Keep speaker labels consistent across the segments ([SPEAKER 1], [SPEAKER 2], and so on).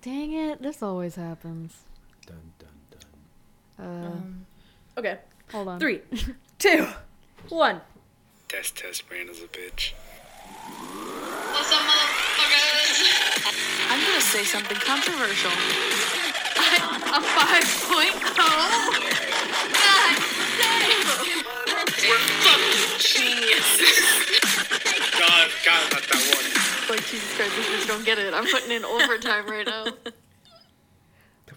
[SPEAKER 1] Dang it! This always happens.
[SPEAKER 2] Dun, dun, dun.
[SPEAKER 1] Uh,
[SPEAKER 3] Um, okay.
[SPEAKER 1] hold on.
[SPEAKER 3] Three, two, one.
[SPEAKER 4] Test, test, Randall's a bitch.
[SPEAKER 5] What's up, motherfuckers? I'm gonna say something controversial. I'm a five point oh. God damn. We're fucking geniuses.
[SPEAKER 4] God, God, not that one.
[SPEAKER 5] Like, Jesus Christ, this bitch don't get it. I'm putting in overtime right now.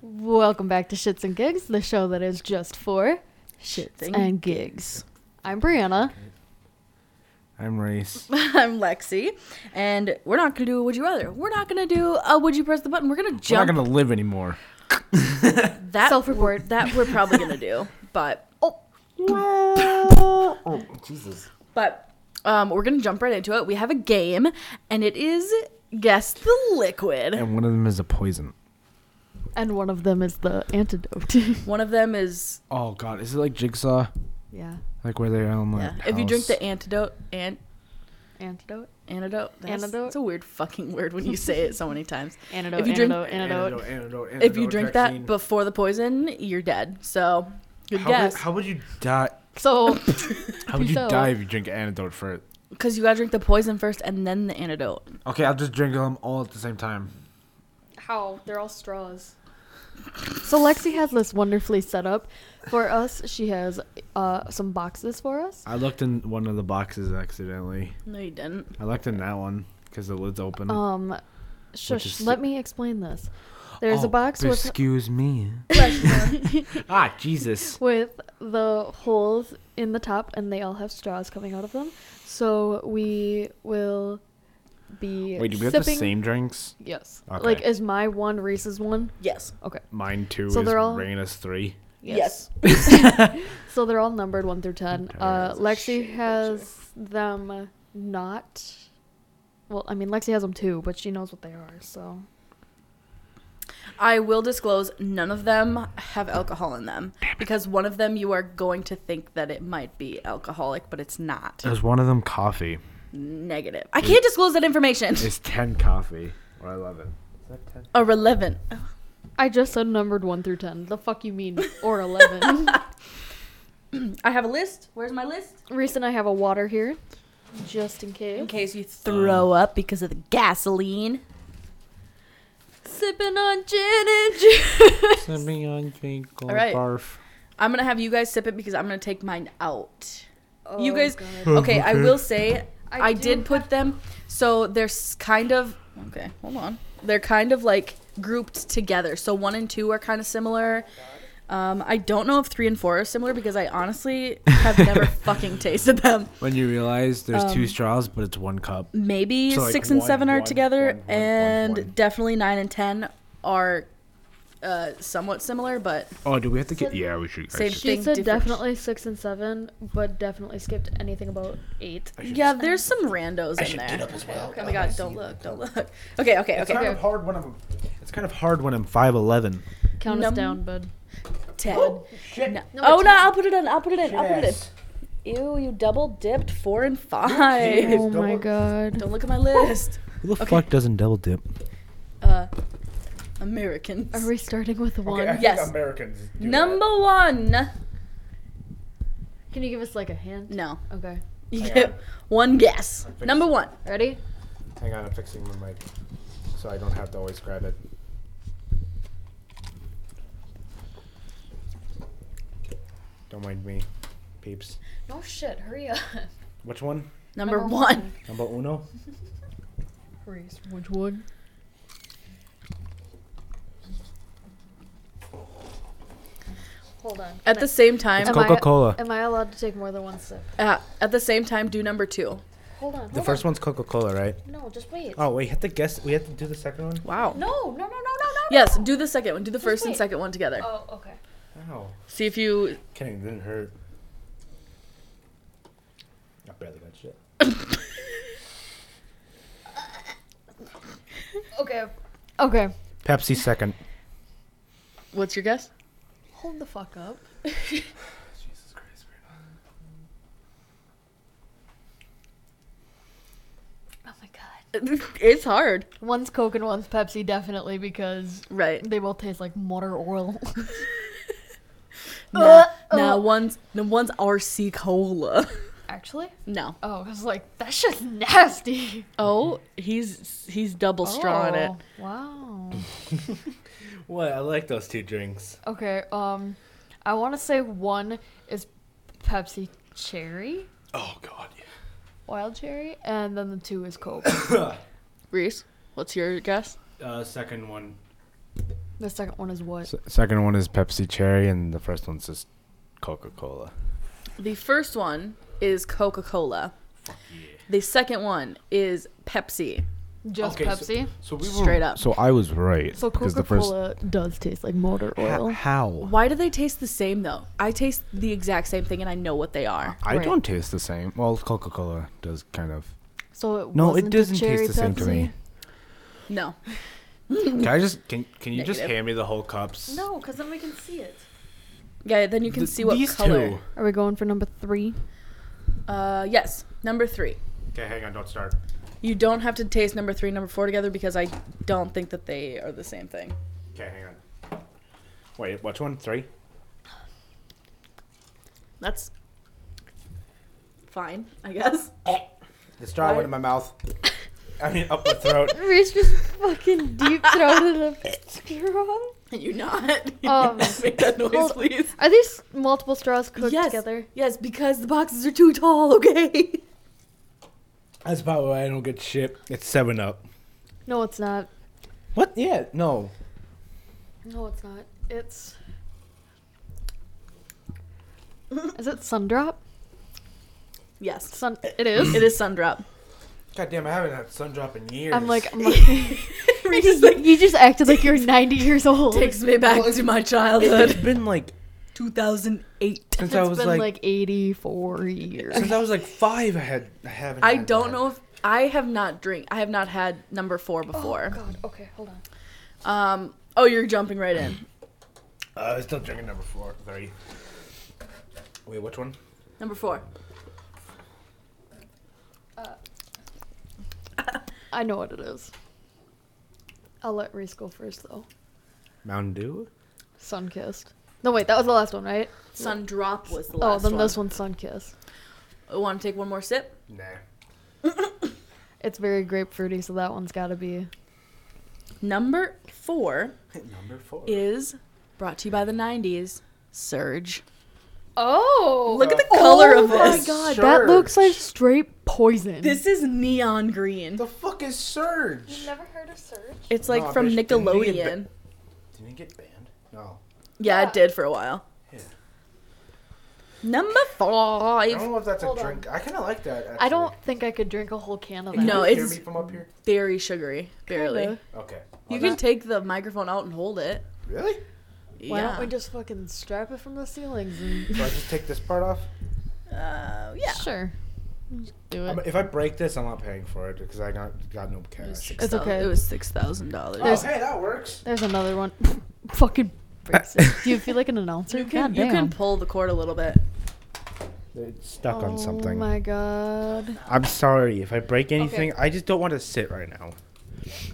[SPEAKER 1] Welcome back to Shits and Gigs, the show that is just for shits and, gigs. I'm Brianna.
[SPEAKER 2] I'm race.
[SPEAKER 3] I'm Lexi, and we're not gonna do a would you rather. We're not gonna do a would you press the button. We're gonna
[SPEAKER 2] We're not
[SPEAKER 3] jump
[SPEAKER 2] gonna live anymore.
[SPEAKER 3] that
[SPEAKER 1] Self-report.
[SPEAKER 3] That we're probably gonna do, but oh,
[SPEAKER 2] oh, Jesus.
[SPEAKER 3] but um, we're gonna jump right into it. We have a game, and it is guess the liquid.
[SPEAKER 2] And one of them is a poison.
[SPEAKER 1] And one of them is the antidote.
[SPEAKER 3] One of them is
[SPEAKER 2] Oh God, is it like Jigsaw?
[SPEAKER 1] yeah.
[SPEAKER 2] Like where they're on like.
[SPEAKER 3] yeah. If you drink
[SPEAKER 2] house?
[SPEAKER 3] the antidote and
[SPEAKER 1] Antidote?
[SPEAKER 3] antidote, that's,
[SPEAKER 1] Antidote?
[SPEAKER 3] It's a weird fucking word when you say it so many times.
[SPEAKER 1] Antidote,
[SPEAKER 3] If you drink-
[SPEAKER 1] antidote, antidote,
[SPEAKER 2] antidote,
[SPEAKER 3] if you
[SPEAKER 2] antidote,
[SPEAKER 3] drink
[SPEAKER 2] vaccine.
[SPEAKER 3] that before the poison, you're dead. So good
[SPEAKER 2] how
[SPEAKER 3] guess.
[SPEAKER 2] Would, how would you die?
[SPEAKER 1] So,
[SPEAKER 2] How would you
[SPEAKER 1] So-
[SPEAKER 2] die if you drink antidote first?
[SPEAKER 3] Because you gotta drink the poison first and then the antidote.
[SPEAKER 2] Okay, I'll just drink them all at the same time.
[SPEAKER 1] how? They're all straws. So, Lexi has this wonderfully set up for us. She has uh, some boxes for us.
[SPEAKER 2] I looked in one of the boxes accidentally.
[SPEAKER 3] No, you didn't.
[SPEAKER 2] I looked in that one because the lid's open.
[SPEAKER 1] Um, shush,
[SPEAKER 2] Hmm. is-
[SPEAKER 1] let me explain this. There's a
[SPEAKER 2] Oh,
[SPEAKER 1] box with
[SPEAKER 2] Excuse me. ah, Jesus.
[SPEAKER 1] with the holes in the top and they all have straws coming out of them. So we will be
[SPEAKER 2] Wait, do we have
[SPEAKER 1] sipping.
[SPEAKER 2] the same drinks?
[SPEAKER 1] Yes.
[SPEAKER 2] Okay.
[SPEAKER 1] Like is my one Reese's one?
[SPEAKER 3] Yes.
[SPEAKER 1] Okay.
[SPEAKER 2] Mine too
[SPEAKER 1] So
[SPEAKER 2] is
[SPEAKER 1] they're all-
[SPEAKER 2] Rainus three.
[SPEAKER 3] Yes.
[SPEAKER 1] So they're all numbered 1 through 10. Uh
[SPEAKER 2] Tired as
[SPEAKER 1] Lexi has them not Well, I mean Lexi has them too, but she knows what they are. So
[SPEAKER 3] I will disclose none of them have alcohol in them because one of them you are going to think that it might be alcoholic, but it's not.
[SPEAKER 2] There's one of them coffee.
[SPEAKER 3] Negative. I can't disclose that information.
[SPEAKER 2] It's ten coffee or eleven. Is that ten?
[SPEAKER 3] Or relevant.
[SPEAKER 1] I just said numbered 1 through 10. The fuck you mean or 11?
[SPEAKER 3] I have a list. Where's my list?
[SPEAKER 1] Reese and I have a water here just in case.
[SPEAKER 3] In case you throw up because of the gasoline. Sipping on gin and juice.
[SPEAKER 2] Something on drink or
[SPEAKER 3] All right.
[SPEAKER 2] barf.
[SPEAKER 3] I'm gonna have you guys sip it because I'm gonna take mine out. you
[SPEAKER 1] Oh,
[SPEAKER 3] guys,
[SPEAKER 1] God.
[SPEAKER 3] okay, I will say
[SPEAKER 1] I
[SPEAKER 3] I,
[SPEAKER 1] do
[SPEAKER 3] did put them. So they're s- kind of okay. Hold on, they're kind of like grouped together. So one and two are kind of similar. Um, I don't know if three and four are similar because I honestly have never fucking tasted them.
[SPEAKER 2] When you realize there's
[SPEAKER 3] Um,
[SPEAKER 2] two straws, but it's one cup.
[SPEAKER 3] Maybe
[SPEAKER 2] So, like,
[SPEAKER 3] six and
[SPEAKER 2] one,
[SPEAKER 3] seven are
[SPEAKER 2] one,
[SPEAKER 3] together,
[SPEAKER 2] one, one, one,
[SPEAKER 3] and
[SPEAKER 2] one.
[SPEAKER 3] definitely nine and ten are uh, somewhat similar, but
[SPEAKER 2] Oh, do we have to get? Yeah, we should. I
[SPEAKER 3] Same
[SPEAKER 2] should-
[SPEAKER 1] She
[SPEAKER 3] thing
[SPEAKER 1] said
[SPEAKER 3] different.
[SPEAKER 1] definitely six and seven, but definitely skipped anything about eight.
[SPEAKER 3] Yeah, there's some randos in there. Oh my god, don't look, don't look. Okay, okay,
[SPEAKER 2] It's
[SPEAKER 3] okay.
[SPEAKER 2] kind of hard when I'm. It's kind of hard when I'm five eleven.
[SPEAKER 1] Count
[SPEAKER 3] Num-
[SPEAKER 1] us down, bud.
[SPEAKER 3] Ten.
[SPEAKER 2] Shit.
[SPEAKER 3] No. Oh no, I'll put it in, I'll put it in, I'll put it in. Ew, you double dipped four and five.
[SPEAKER 1] Oh my god.
[SPEAKER 3] Don't look at my list.
[SPEAKER 2] Who the fuck doesn't double dip?
[SPEAKER 3] Uh, Americans.
[SPEAKER 1] Are we starting with one?
[SPEAKER 3] Yes.
[SPEAKER 2] Americans.
[SPEAKER 3] Number one.
[SPEAKER 1] Can you give us like a hint?
[SPEAKER 3] No,
[SPEAKER 1] Okay.
[SPEAKER 3] you
[SPEAKER 2] Hang
[SPEAKER 3] get
[SPEAKER 2] on.
[SPEAKER 3] one guess.
[SPEAKER 2] fixing-
[SPEAKER 3] Number one.
[SPEAKER 1] Ready?
[SPEAKER 2] Hang on, I'm fixing the mic, so I don't have to always grab it. Don't mind me, peeps.
[SPEAKER 1] No shit. Hurry up.
[SPEAKER 2] Which one?
[SPEAKER 3] Number
[SPEAKER 1] Number
[SPEAKER 3] one.
[SPEAKER 2] Number uno.
[SPEAKER 1] Reese, which one? Hold on.
[SPEAKER 3] At the same time,
[SPEAKER 1] Am I-
[SPEAKER 2] Coca-Cola.
[SPEAKER 1] Am I allowed to take more than one sip?
[SPEAKER 3] uh, at the same time, do number two.
[SPEAKER 1] Hold on. Hold
[SPEAKER 2] The first one's Coca Cola, right?
[SPEAKER 1] on. No, just wait.
[SPEAKER 2] Oh, wait, have to guess. We have to do the second one.
[SPEAKER 3] Wow.
[SPEAKER 1] No, no, no, no, no, no.
[SPEAKER 3] Yes, do the second one. Do the first and
[SPEAKER 1] wait.
[SPEAKER 3] second one together.
[SPEAKER 1] Oh, okay.
[SPEAKER 2] Ow,
[SPEAKER 3] See if you
[SPEAKER 2] kidding, didn't hurt. I barely got shit.
[SPEAKER 1] Okay. Okay.
[SPEAKER 2] Pepsi second.
[SPEAKER 3] What's your guess?
[SPEAKER 1] Hold the fuck up.
[SPEAKER 2] Jesus Christ,
[SPEAKER 1] Oh my god.
[SPEAKER 3] it's hard.
[SPEAKER 1] One's Coke and one's Pepsi, definitely, because
[SPEAKER 3] Right.
[SPEAKER 1] they both taste like motor oil.
[SPEAKER 3] Nah, nah, one's no one's RC cola.
[SPEAKER 1] Actually?
[SPEAKER 3] No.
[SPEAKER 1] Oh, I was like, that shit's nasty.
[SPEAKER 3] Oh, he's he's double straw in it.
[SPEAKER 1] Oh, Wow.
[SPEAKER 2] What? I like those two drinks.
[SPEAKER 1] Okay, um, I want to say one is Pepsi Cherry,
[SPEAKER 2] Oh God. yeah.
[SPEAKER 1] Wild Cherry, and then the two is Coke.
[SPEAKER 3] Reese, what's your guess?
[SPEAKER 2] Uh, second one.
[SPEAKER 1] the second one is what?
[SPEAKER 2] second one is Pepsi Cherry, and the first one's just Coca Cola.
[SPEAKER 3] The first one is Coca Cola. The second one is Pepsi.
[SPEAKER 1] Just Pepsi?
[SPEAKER 2] So, we were
[SPEAKER 3] Straight up.
[SPEAKER 2] So I was right.
[SPEAKER 1] So,
[SPEAKER 2] because
[SPEAKER 1] Coca Cola does taste like motor oil.
[SPEAKER 2] How?
[SPEAKER 3] Why do they taste the same though? I taste the exact same thing and I know what they are.
[SPEAKER 2] I
[SPEAKER 1] Right.
[SPEAKER 2] don't taste the same. Well, Coca Cola does kind of.
[SPEAKER 1] So it
[SPEAKER 2] No,
[SPEAKER 1] wasn't
[SPEAKER 2] it
[SPEAKER 1] a
[SPEAKER 2] doesn't
[SPEAKER 1] cherry
[SPEAKER 2] taste the same to me.
[SPEAKER 3] No.
[SPEAKER 2] Can I just can Can you just
[SPEAKER 3] Negative.
[SPEAKER 2] hand me the whole cups?
[SPEAKER 1] No, because then we can see it.
[SPEAKER 3] Yeah, then you can
[SPEAKER 2] Th-
[SPEAKER 3] see what
[SPEAKER 2] these
[SPEAKER 3] color.
[SPEAKER 2] Two.
[SPEAKER 1] Are we going for number three?
[SPEAKER 3] Uh yes, number 3.
[SPEAKER 2] Okay, hang on. Don't start.
[SPEAKER 3] You don't have to taste number 3 and number 4 together because I don't think that they are the same thing.
[SPEAKER 2] Okay, hang on. Wait, which one? Three.
[SPEAKER 3] That's fine, I guess.
[SPEAKER 2] The straw went in my mouth. I mean, up the throat.
[SPEAKER 1] Reese just fucking deep throated a straw.
[SPEAKER 3] Can you not?
[SPEAKER 1] Um,
[SPEAKER 3] Make that noise,
[SPEAKER 1] hold-
[SPEAKER 3] please.
[SPEAKER 1] Are these multiple straws cooked
[SPEAKER 3] yes.
[SPEAKER 1] together?
[SPEAKER 3] Yes, because the boxes are too tall, okay?
[SPEAKER 2] That's probably why I don't get shit. It's seven up.
[SPEAKER 1] No, it's not.
[SPEAKER 2] What? Yeah. No.
[SPEAKER 1] No, it's not. It's. Is it Sundrop?
[SPEAKER 3] Yes.
[SPEAKER 1] Sun. It is.
[SPEAKER 3] It is Sundrop.
[SPEAKER 2] God damn, I haven't had sun drop in years.
[SPEAKER 1] I'm like, I'm like
[SPEAKER 3] Reese is like,
[SPEAKER 1] you just acted like you're 90 years old.
[SPEAKER 3] takes me back to my
[SPEAKER 2] it's
[SPEAKER 3] childhood.
[SPEAKER 2] been like
[SPEAKER 3] 2008.
[SPEAKER 2] since I
[SPEAKER 1] It's
[SPEAKER 2] was
[SPEAKER 1] been
[SPEAKER 2] like,
[SPEAKER 1] like, 84 years.
[SPEAKER 2] since I was like five. I had I haven't.
[SPEAKER 3] I
[SPEAKER 2] had
[SPEAKER 3] don't
[SPEAKER 2] that.
[SPEAKER 3] know if I have not drink. I have not had number four before.
[SPEAKER 1] God. Okay, hold on.
[SPEAKER 3] Um. Oh, you're jumping right in.
[SPEAKER 2] Uh, I was still drinking number four, three. Wait, which one?
[SPEAKER 3] Number four.
[SPEAKER 1] I know what it is. I'll let Reese go first though.
[SPEAKER 2] Mountain Dew.
[SPEAKER 1] Sunkissed. No, wait, that was the last one, right?
[SPEAKER 3] Sun drop was the
[SPEAKER 1] oh,
[SPEAKER 3] last
[SPEAKER 1] then
[SPEAKER 3] one.
[SPEAKER 1] this one's Sunkissed.
[SPEAKER 3] Want to take one more sip?
[SPEAKER 2] Nah.
[SPEAKER 1] It's very grapefruity, so that one's got to be.
[SPEAKER 3] Number four
[SPEAKER 2] Number four.
[SPEAKER 3] is brought to you by the '90s. Surge.
[SPEAKER 1] Oh,
[SPEAKER 3] Look at the color of
[SPEAKER 1] Oh my
[SPEAKER 3] this.
[SPEAKER 1] god, that looks like straight poison.
[SPEAKER 3] This is neon green.
[SPEAKER 2] The fuck is Surge?
[SPEAKER 1] Never heard of Surge?
[SPEAKER 3] It's like
[SPEAKER 2] Nah,
[SPEAKER 3] from
[SPEAKER 2] bitch, didn't they get
[SPEAKER 3] Nickelodeon.
[SPEAKER 2] Didn't it get banned? No.
[SPEAKER 3] Yeah,
[SPEAKER 1] Yeah.
[SPEAKER 3] it did for a while.
[SPEAKER 2] Yeah.
[SPEAKER 3] Number
[SPEAKER 2] I don't
[SPEAKER 3] five.
[SPEAKER 2] know if that's
[SPEAKER 1] Hold
[SPEAKER 2] a
[SPEAKER 1] on.
[SPEAKER 2] drink. I kind of like that. Actually.
[SPEAKER 1] I don't think I could drink a whole can of that.
[SPEAKER 2] Can
[SPEAKER 3] No,
[SPEAKER 2] you hear
[SPEAKER 3] it's-
[SPEAKER 2] me from up here.
[SPEAKER 3] Very sugary. Barely.
[SPEAKER 1] Kinda.
[SPEAKER 2] Okay.
[SPEAKER 3] You
[SPEAKER 2] Oh,
[SPEAKER 3] can
[SPEAKER 2] that-
[SPEAKER 3] take the microphone out and hold it.
[SPEAKER 2] really?
[SPEAKER 1] Why
[SPEAKER 3] yeah.
[SPEAKER 1] don't we just fucking strap it from the ceilings? And...
[SPEAKER 2] So I just take this part off.
[SPEAKER 3] Uh, yeah.
[SPEAKER 1] Sure. Do
[SPEAKER 2] I'm-
[SPEAKER 1] it.
[SPEAKER 2] if I break this, I'm not paying for it because I got got no cash.
[SPEAKER 1] It's okay.
[SPEAKER 3] It was six thousand dollars.
[SPEAKER 1] There's-
[SPEAKER 2] Oh, hey, that works.
[SPEAKER 1] There's another one. fucking breaks it. Do you feel like an announcer?
[SPEAKER 3] You can
[SPEAKER 1] God
[SPEAKER 3] you can
[SPEAKER 1] damn.
[SPEAKER 3] pull the cord a little bit.
[SPEAKER 2] It's stuck
[SPEAKER 1] oh my god.
[SPEAKER 2] I'm sorry if I break anything. I just don't want to sit right now.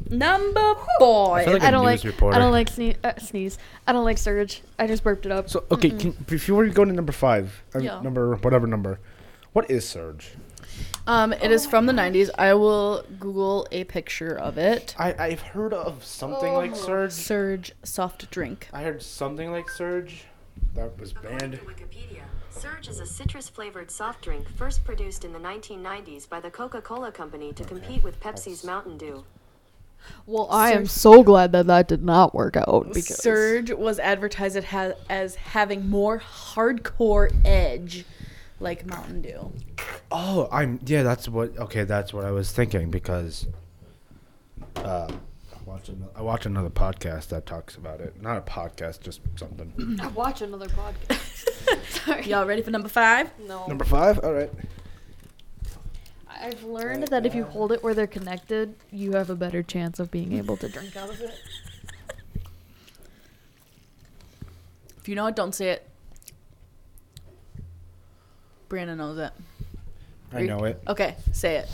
[SPEAKER 3] Number four.
[SPEAKER 2] I feel like
[SPEAKER 1] I
[SPEAKER 2] a
[SPEAKER 1] don't like.
[SPEAKER 2] news reporter.
[SPEAKER 1] I don't like sneeze. Uh, sneeze. I don't like surge. I just burped it up.
[SPEAKER 2] So okay, can, if you were going to number five, um,
[SPEAKER 3] Yeah.
[SPEAKER 2] number whatever number, what is surge?
[SPEAKER 3] um, it is from the '90s. I will Google a picture of it.
[SPEAKER 2] I I've heard of something
[SPEAKER 3] Oh.
[SPEAKER 2] like surge.
[SPEAKER 3] Surge soft drink.
[SPEAKER 2] I heard something like surge. That was
[SPEAKER 6] According
[SPEAKER 2] banned.
[SPEAKER 6] to Wikipedia, Surge is a citrus flavored soft drink first produced in the 1990s by the Coca Cola Company to compete with Pepsi's Mountain Dew.
[SPEAKER 1] Well, I am so glad that that did not work out because
[SPEAKER 3] Surge was advertised it ha- as having more hardcore edge, like Mountain Dew.
[SPEAKER 2] Oh, I'm yeah. That's what. Okay, that's what I was thinking because. Uh, I watch another, I watch another podcast that talks about it. Not a podcast, just something.
[SPEAKER 1] I watch another podcast. Sorry.
[SPEAKER 3] Y'all ready for number five?
[SPEAKER 1] No.
[SPEAKER 2] Number five. All right.
[SPEAKER 1] I've learned that if you hold it where they're connected, you have a better chance of being able to drink out of it.
[SPEAKER 3] If you know it, don't say it. Brianna knows it.
[SPEAKER 2] I know it.
[SPEAKER 3] Okay, say it.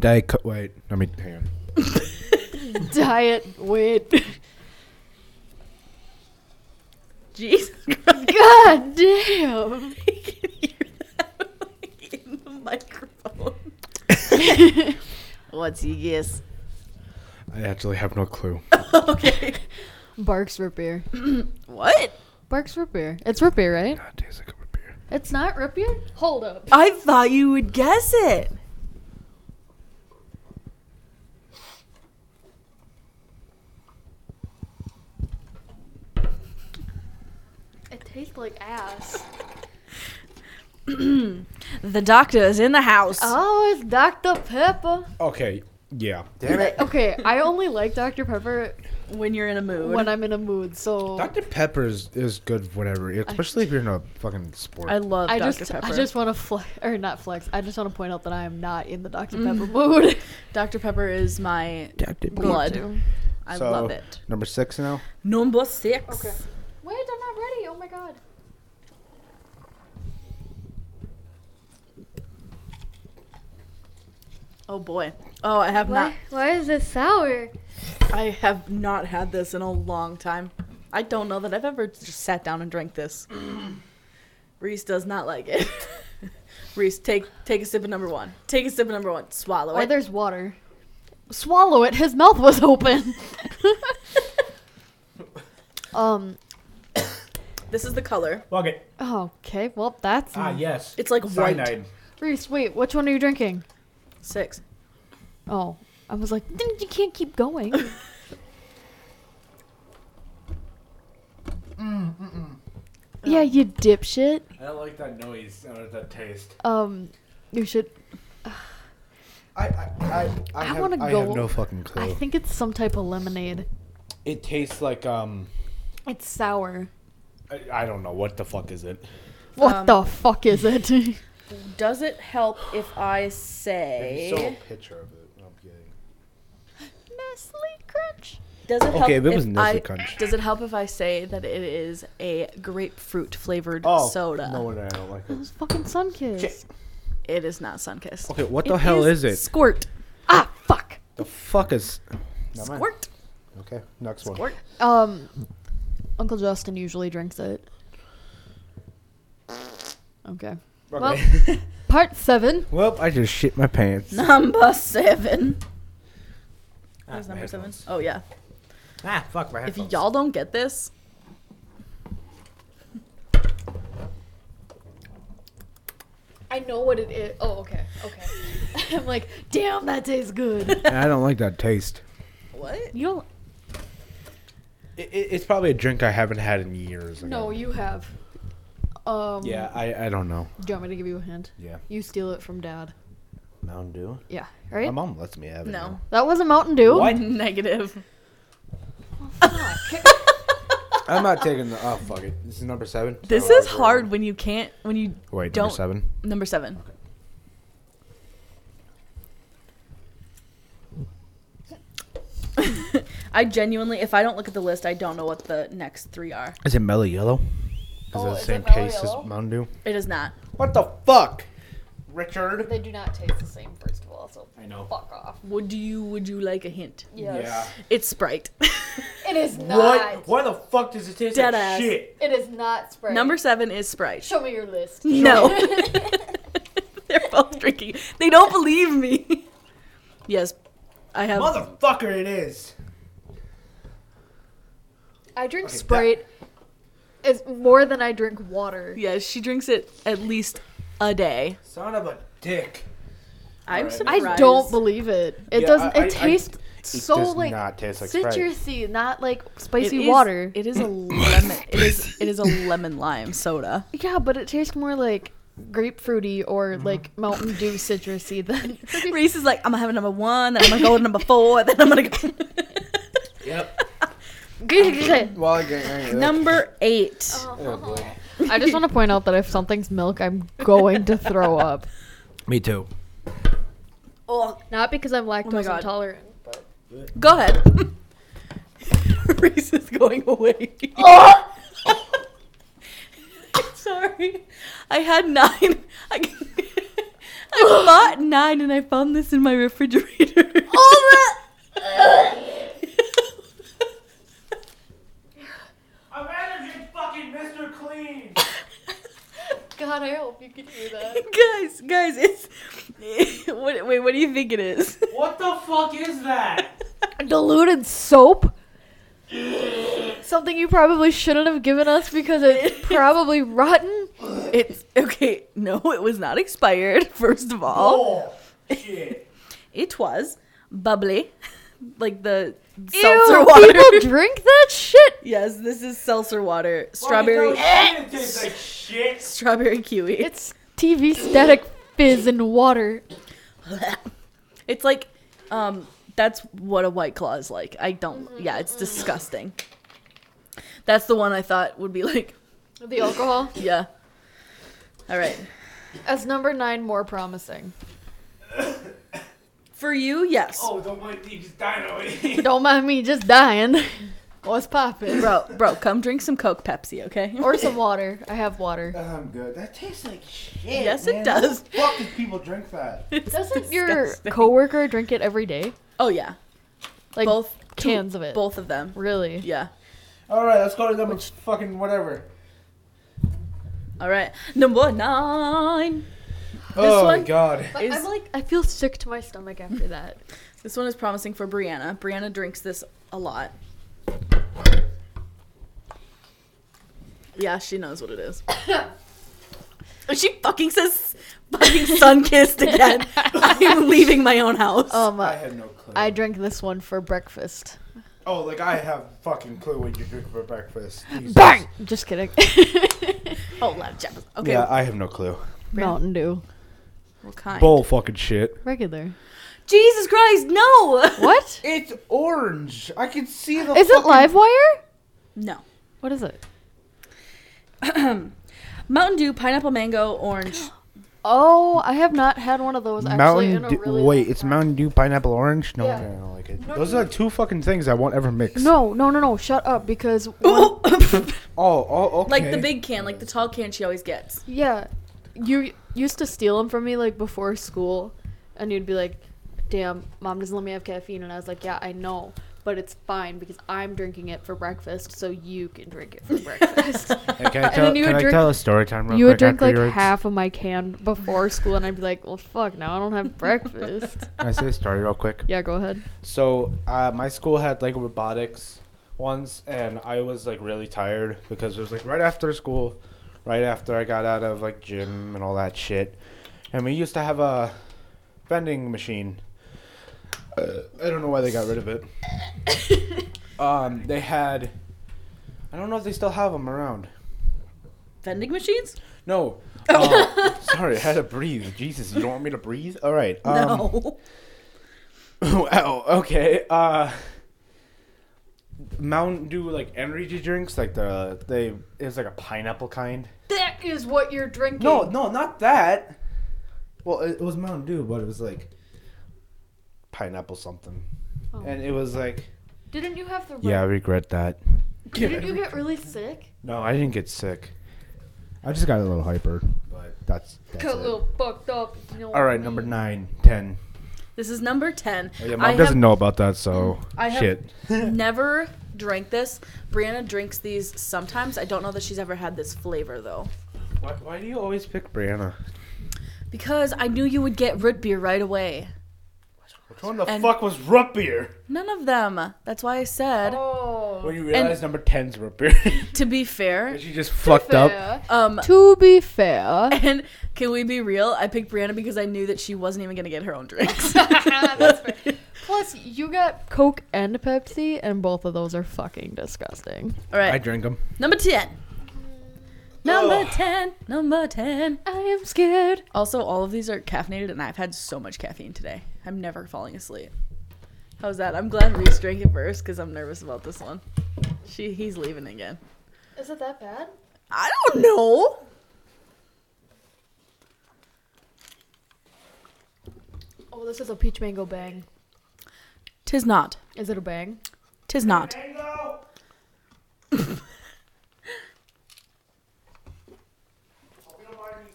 [SPEAKER 2] Diet Coke. Wait, I mean, hang on.
[SPEAKER 1] Diet wait.
[SPEAKER 3] Jesus Christ.
[SPEAKER 1] God damn.
[SPEAKER 3] I can hear that like, in the microphone. What's your guess?
[SPEAKER 2] I actually have no clue.
[SPEAKER 3] okay.
[SPEAKER 1] Barks root beer.
[SPEAKER 3] What?
[SPEAKER 1] Barks root beer. It's root beer, right?
[SPEAKER 2] God, tastes like a beer.
[SPEAKER 1] It's not root beer? Hold up.
[SPEAKER 3] I thought you would guess it.
[SPEAKER 1] It tastes like ass.
[SPEAKER 3] The doctor is in the house.
[SPEAKER 1] Oh, it's Dr. Pepper.
[SPEAKER 2] Okay, yeah. Damn it.
[SPEAKER 1] Okay, I only like Dr. Pepper
[SPEAKER 3] when you're in a mood.
[SPEAKER 1] when I'm in a mood, so
[SPEAKER 2] Dr. Pepper is, is good, for whatever, especially if you're in a fucking sport.
[SPEAKER 3] I love
[SPEAKER 1] I
[SPEAKER 3] Dr.
[SPEAKER 1] just
[SPEAKER 3] Pepper.
[SPEAKER 1] I just want to flex or not flex. I just want to point out that I am not in the Dr. Pepper mood.
[SPEAKER 3] Dr. Pepper is my
[SPEAKER 2] Dr.
[SPEAKER 3] blood. I
[SPEAKER 2] So,
[SPEAKER 3] love it.
[SPEAKER 2] Number six now?
[SPEAKER 3] Number six.
[SPEAKER 1] Okay. Wait, I'm not ready. Oh my god.
[SPEAKER 3] Oh boy. Oh, I have not.
[SPEAKER 1] Why is it sour?
[SPEAKER 3] I have not had this in a long time. I don't know that I've ever just sat down and drank this. Reese does not like it. Reese, take take a sip of number one. Take a sip of number one. Swallow
[SPEAKER 1] Why
[SPEAKER 3] it.
[SPEAKER 1] there's water. Swallow it. His mouth was open. um.
[SPEAKER 3] this is the color.
[SPEAKER 2] Okay.
[SPEAKER 1] Okay. Well, that's
[SPEAKER 2] yes.
[SPEAKER 3] It's like white.
[SPEAKER 1] Reese. Wait, which one are you drinking?
[SPEAKER 3] Six.
[SPEAKER 1] Oh, I was like, then you can't keep going. yeah, you dipshit.
[SPEAKER 2] I don't like that noise or that taste.
[SPEAKER 1] Um, you should.
[SPEAKER 2] I I I, I,
[SPEAKER 1] I
[SPEAKER 2] have,
[SPEAKER 1] wanna
[SPEAKER 2] I
[SPEAKER 1] go-
[SPEAKER 2] have no fucking clue.
[SPEAKER 1] I think it's some type of lemonade.
[SPEAKER 2] it tastes like um
[SPEAKER 1] It's sour. Um,
[SPEAKER 2] I, I don't know what the fuck is it.
[SPEAKER 1] What the fuck is it?
[SPEAKER 3] Does it help if I say?
[SPEAKER 2] Show a picture of it. I'm kidding.
[SPEAKER 1] Nestle Crunch.
[SPEAKER 3] Does it help?
[SPEAKER 2] Okay, if it
[SPEAKER 3] if
[SPEAKER 2] was Nestle
[SPEAKER 3] I-
[SPEAKER 2] Crunch.
[SPEAKER 3] Does it help if I say that it is a grapefruit flavored
[SPEAKER 2] Oh,
[SPEAKER 3] soda?
[SPEAKER 2] No wonder I don't like it.
[SPEAKER 1] It's fucking Sunkist.
[SPEAKER 2] Shit.
[SPEAKER 3] It is not Sunkist.
[SPEAKER 2] Okay, what the hell is, it?
[SPEAKER 3] Squirt.
[SPEAKER 1] Ah, fuck.
[SPEAKER 2] the fuck is? Never mind.
[SPEAKER 3] Squirt.
[SPEAKER 2] Okay, next one.
[SPEAKER 3] Squirt.
[SPEAKER 1] Um, Uncle Justin usually drinks it. Okay.
[SPEAKER 2] Okay.
[SPEAKER 1] Part seven.
[SPEAKER 2] Well, I just shit my pants.
[SPEAKER 3] Number seven. Where's number seven?
[SPEAKER 2] headphones.
[SPEAKER 3] Oh yeah.
[SPEAKER 2] Ah, fuck my
[SPEAKER 3] If
[SPEAKER 2] headphones.
[SPEAKER 3] y'all don't get this,
[SPEAKER 1] I know what it is. Oh, okay. Okay. I'm like, damn, that tastes good.
[SPEAKER 2] I don't like that taste.
[SPEAKER 3] what?
[SPEAKER 1] you don't.
[SPEAKER 2] It, it, it's probably a drink I haven't had in years.
[SPEAKER 1] No, you have. Um,
[SPEAKER 2] Yeah, I I don't know.
[SPEAKER 1] Do you want me to give you a hint?
[SPEAKER 2] Yeah,
[SPEAKER 1] You steal it from dad.
[SPEAKER 2] Mountain Dew.
[SPEAKER 1] Yeah. Right?
[SPEAKER 2] My mom lets me have it.
[SPEAKER 3] No.
[SPEAKER 1] that was a Mountain Dew.
[SPEAKER 3] Negative.
[SPEAKER 2] I'm not taking the. Oh fuck it. This is number seven. Oh,
[SPEAKER 3] This is hard when you can't when you
[SPEAKER 2] Wait,
[SPEAKER 3] don't
[SPEAKER 2] number seven.
[SPEAKER 3] number seven. I genuinely, if I don't look at the list, I don't know what the next three are.
[SPEAKER 2] Is it Mellow Yellow? Is
[SPEAKER 1] Oh,
[SPEAKER 2] it the
[SPEAKER 1] is it
[SPEAKER 2] same
[SPEAKER 1] Mellow
[SPEAKER 2] taste
[SPEAKER 1] Yellow?
[SPEAKER 2] as Mountain Dew?
[SPEAKER 3] It is not.
[SPEAKER 2] What the fuck, Richard?
[SPEAKER 1] They do not taste the same, first of all, so
[SPEAKER 2] I know.
[SPEAKER 1] fuck off.
[SPEAKER 3] Would you Would you like a hint?
[SPEAKER 1] Yes.
[SPEAKER 3] It's Sprite.
[SPEAKER 1] It is not.
[SPEAKER 2] Why the fuck does it taste
[SPEAKER 3] Dead like ass. shit?
[SPEAKER 1] It is not Sprite.
[SPEAKER 3] Number seven is Sprite.
[SPEAKER 1] Show me your list.
[SPEAKER 3] No. They're both drinking. They don't believe me. Yes, I have.
[SPEAKER 2] Motherfucker, it is.
[SPEAKER 1] I drink
[SPEAKER 2] that-
[SPEAKER 1] Sprite is more than I drink water.
[SPEAKER 3] Yes, she drinks it at least a day.
[SPEAKER 2] Son of a dick.
[SPEAKER 3] I'm
[SPEAKER 2] Alright.
[SPEAKER 3] surprised.
[SPEAKER 1] I don't believe it. It
[SPEAKER 2] Yeah,
[SPEAKER 1] doesn't.
[SPEAKER 2] I- I-
[SPEAKER 1] it tastes so
[SPEAKER 2] does
[SPEAKER 1] like
[SPEAKER 2] not taste like Sprite.
[SPEAKER 1] citrusy, not like
[SPEAKER 3] It
[SPEAKER 1] spicy
[SPEAKER 3] is-
[SPEAKER 1] water.
[SPEAKER 3] It is a lemon. It is. It is a lemon lime soda.
[SPEAKER 1] yeah, but it tastes more like grapefruity or like Mountain Dew citrusy than.
[SPEAKER 3] Reese is like, I'm gonna have a number one, then I'm gonna go to number four, then I'm gonna go.
[SPEAKER 2] Yep.
[SPEAKER 1] I
[SPEAKER 2] Well, I get
[SPEAKER 3] number eight.
[SPEAKER 1] just want to point out that if something's milk, I'm going to throw up.
[SPEAKER 2] Me too.
[SPEAKER 3] Oh,
[SPEAKER 1] Not because I'm lactose
[SPEAKER 3] God.
[SPEAKER 1] intolerant.
[SPEAKER 3] go ahead. Reese is going away. Sorry, I had nine. I, I bought nine and I found this in my refrigerator.
[SPEAKER 7] Oh,
[SPEAKER 8] I'd rather drink fucking Mr. Clean.
[SPEAKER 1] God, I hope you can hear that.
[SPEAKER 3] guys, guys, it's what, wait. What do you think it is?
[SPEAKER 8] What the fuck is that?
[SPEAKER 1] diluted soap? Something you probably shouldn't have given us because it's probably rotten.
[SPEAKER 3] It's okay. No, it was not expired. First of all,
[SPEAKER 8] Oh, shit.
[SPEAKER 3] it was bubbly, like the seltzer
[SPEAKER 1] Ew,
[SPEAKER 3] water.
[SPEAKER 1] people drink that shit.
[SPEAKER 3] yes, this is seltzer water,
[SPEAKER 8] Fucking
[SPEAKER 2] Oh,
[SPEAKER 3] strawberry,
[SPEAKER 8] those shit tastes like shit.
[SPEAKER 3] strawberry kiwi.
[SPEAKER 1] It's TV static fizz and water.
[SPEAKER 3] It's like, um, that's what a white claw is like. I don't.
[SPEAKER 1] Mm-hmm,
[SPEAKER 3] Yeah, it's disgusting. That's the one I thought would be like,
[SPEAKER 1] The alcohol.
[SPEAKER 3] yeah. All right.
[SPEAKER 1] As number nine, more promising.
[SPEAKER 3] For you, yes.
[SPEAKER 8] Oh, don't mind me just dying away.
[SPEAKER 1] Don't mind me just dying. What's poppin'?
[SPEAKER 3] Bro, bro, come drink some Coke Pepsi, okay?
[SPEAKER 1] Or some water. I have water.
[SPEAKER 2] I'm good. That tastes like shit.
[SPEAKER 3] Yes, it
[SPEAKER 2] man.
[SPEAKER 3] does.
[SPEAKER 2] How the fuck does people drink that?
[SPEAKER 3] It's
[SPEAKER 1] Doesn't your
[SPEAKER 3] disgusting.
[SPEAKER 1] coworker drink it every day?
[SPEAKER 3] Oh yeah,
[SPEAKER 1] Like
[SPEAKER 3] both two-
[SPEAKER 1] cans of it.
[SPEAKER 3] Both of them.
[SPEAKER 1] Really?
[SPEAKER 3] Yeah.
[SPEAKER 2] All right, let's go to number fucking whatever.
[SPEAKER 3] All right. Number nine.
[SPEAKER 2] oh
[SPEAKER 3] one?
[SPEAKER 2] my god.
[SPEAKER 1] But
[SPEAKER 3] Is-
[SPEAKER 1] I'm like, I feel sick to my stomach after that.
[SPEAKER 3] This one is promising for Brianna. Brianna drinks this a lot. Yeah, she knows what it is. she fucking says fucking sun kissed again. I'm leaving my own house.
[SPEAKER 1] Um,
[SPEAKER 2] I had no clue.
[SPEAKER 1] I drank this one for breakfast.
[SPEAKER 2] oh, like I have fucking clue what you drink for breakfast. Jesus.
[SPEAKER 1] Bang! Just kidding.
[SPEAKER 3] oh, left jab. Okay.
[SPEAKER 2] Yeah, I have no clue.
[SPEAKER 1] Mountain Dew.
[SPEAKER 3] What kind?
[SPEAKER 2] Bull fucking shit.
[SPEAKER 1] Regular.
[SPEAKER 3] Jesus Christ, no.
[SPEAKER 1] What?
[SPEAKER 2] It's orange. I can see the.
[SPEAKER 1] Is it Livewire?
[SPEAKER 3] No.
[SPEAKER 1] What is it?
[SPEAKER 3] Mountain Dew, pineapple mango, orange.
[SPEAKER 1] Oh, I have not had one of those actually
[SPEAKER 2] Mountain
[SPEAKER 1] in a
[SPEAKER 2] Dew.
[SPEAKER 1] really
[SPEAKER 2] wait,
[SPEAKER 1] long
[SPEAKER 2] it's
[SPEAKER 1] time.
[SPEAKER 2] Mountain Dew pineapple orange. No,
[SPEAKER 1] Yeah.
[SPEAKER 2] wonder I don't like it. Those are like two fucking things I won't ever mix.
[SPEAKER 1] No, no, no, no. Shut up because one-
[SPEAKER 3] Oh,
[SPEAKER 2] Oh, oh, okay.
[SPEAKER 3] like the big can, like the tall can she always gets.
[SPEAKER 1] yeah, you used to steal them from me like before school, and you'd be like, "Damn, mom doesn't let me have caffeine," and I was like, "Yeah, I know." But it's fine because I'm drinking it for breakfast, so you can drink it for breakfast.
[SPEAKER 2] Hey, can I,
[SPEAKER 1] then you would drink-
[SPEAKER 2] a story time? Real
[SPEAKER 1] you would
[SPEAKER 2] quick
[SPEAKER 1] drink like
[SPEAKER 2] after yours?
[SPEAKER 1] half of my can before school, and I'd be like, "Well, fuck, now I don't have breakfast."
[SPEAKER 2] Can I say a story real quick?
[SPEAKER 1] yeah, go ahead.
[SPEAKER 2] So uh, my school had like robotics once, and I was like really tired because it was like right after school, right after I got out of like gym and all that shit, and we used to have a vending machine. Uh, I don't know why they got rid of it. um, they had. I don't know if they still have them around.
[SPEAKER 3] Vending machines?
[SPEAKER 2] No. Uh, sorry, I had to breathe. Jesus, you don't want me to breathe? All right. Um,
[SPEAKER 3] no.
[SPEAKER 2] wow. Okay. Uh, Mountain Dew like energy drinks, like the they it was like a pineapple kind.
[SPEAKER 1] That is what you're drinking.
[SPEAKER 2] No, no, not that. Well, it, it was Mountain Dew, but it was like pineapple something,
[SPEAKER 1] Oh.
[SPEAKER 2] and it was like.
[SPEAKER 1] Didn't you have the?
[SPEAKER 2] I regret that.
[SPEAKER 1] Didn't you get really sick?
[SPEAKER 2] No, I didn't get sick. I just got a little hyper, but that's. that's
[SPEAKER 1] Got a
[SPEAKER 2] it.
[SPEAKER 1] little fucked up. You know
[SPEAKER 2] All right, number nine, ten.
[SPEAKER 3] This is number 10.
[SPEAKER 2] Oh, yeah,
[SPEAKER 3] I
[SPEAKER 2] mom
[SPEAKER 3] have-
[SPEAKER 2] doesn't know about that, so
[SPEAKER 3] I have-
[SPEAKER 2] shit.
[SPEAKER 3] never drank this. Brianna drinks these sometimes. I don't know that she's ever had this flavor though.
[SPEAKER 2] Why, why do you always pick Brianna?
[SPEAKER 3] Because I knew you would get root beer right away.
[SPEAKER 2] Which one the
[SPEAKER 3] And-
[SPEAKER 2] fuck was root beer?
[SPEAKER 3] None of them. That's why I said,
[SPEAKER 1] Oh.
[SPEAKER 2] When you realize number 10's root beer.
[SPEAKER 3] to be fair,
[SPEAKER 2] she just fucked up.
[SPEAKER 3] um
[SPEAKER 1] To be fair,
[SPEAKER 3] and can we be real? I picked Brianna because I knew that she wasn't even going to get her own drinks.
[SPEAKER 1] That's fair. plus you got Coke and Pepsi, and both of those are fucking disgusting.
[SPEAKER 3] All right.
[SPEAKER 2] drink them.
[SPEAKER 3] number 10. Number 10. Number 10.
[SPEAKER 1] I am scared.
[SPEAKER 3] Also, all of these are caffeinated and I've had so much caffeine today. I'm never falling asleep. How's that? I'm glad Reese drank it first because I'm nervous about this one. She he's leaving again.
[SPEAKER 1] Is it that bad?
[SPEAKER 3] I don't know.
[SPEAKER 1] Oh, this is a peach mango bang.
[SPEAKER 3] Tis not.
[SPEAKER 1] Is it a bang?
[SPEAKER 3] Tis not.
[SPEAKER 8] Mango.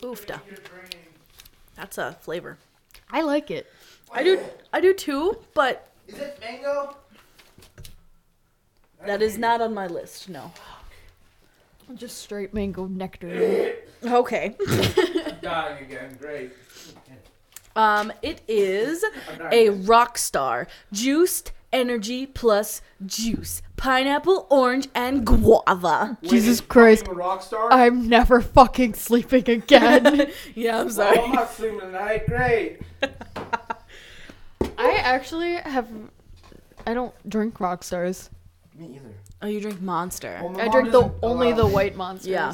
[SPEAKER 3] Oofda. That's a flavor.
[SPEAKER 1] I like it.
[SPEAKER 3] I do I do too, but
[SPEAKER 2] Is it mango?
[SPEAKER 3] that is not on my list. No.
[SPEAKER 1] Just straight mango nectar.
[SPEAKER 3] Okay.
[SPEAKER 2] Dying again. Great.
[SPEAKER 3] Um, it is a rock star. Juiced energy plus juice. Pineapple, orange, and guava.
[SPEAKER 1] Jesus Christ.
[SPEAKER 2] a rock star? Oh,
[SPEAKER 1] I'm never fucking sleeping again.
[SPEAKER 3] Yeah, I'm
[SPEAKER 2] Oh, I'm not sleeping tonight. Great.
[SPEAKER 1] I actually have. I don't drink rock stars.
[SPEAKER 2] Me either.
[SPEAKER 3] Oh, you drink Monster.
[SPEAKER 2] Well, my
[SPEAKER 1] I
[SPEAKER 2] mom
[SPEAKER 1] drink the
[SPEAKER 2] doesn't
[SPEAKER 1] only
[SPEAKER 2] allow
[SPEAKER 1] the
[SPEAKER 2] me-
[SPEAKER 1] white monsters.
[SPEAKER 3] Yeah.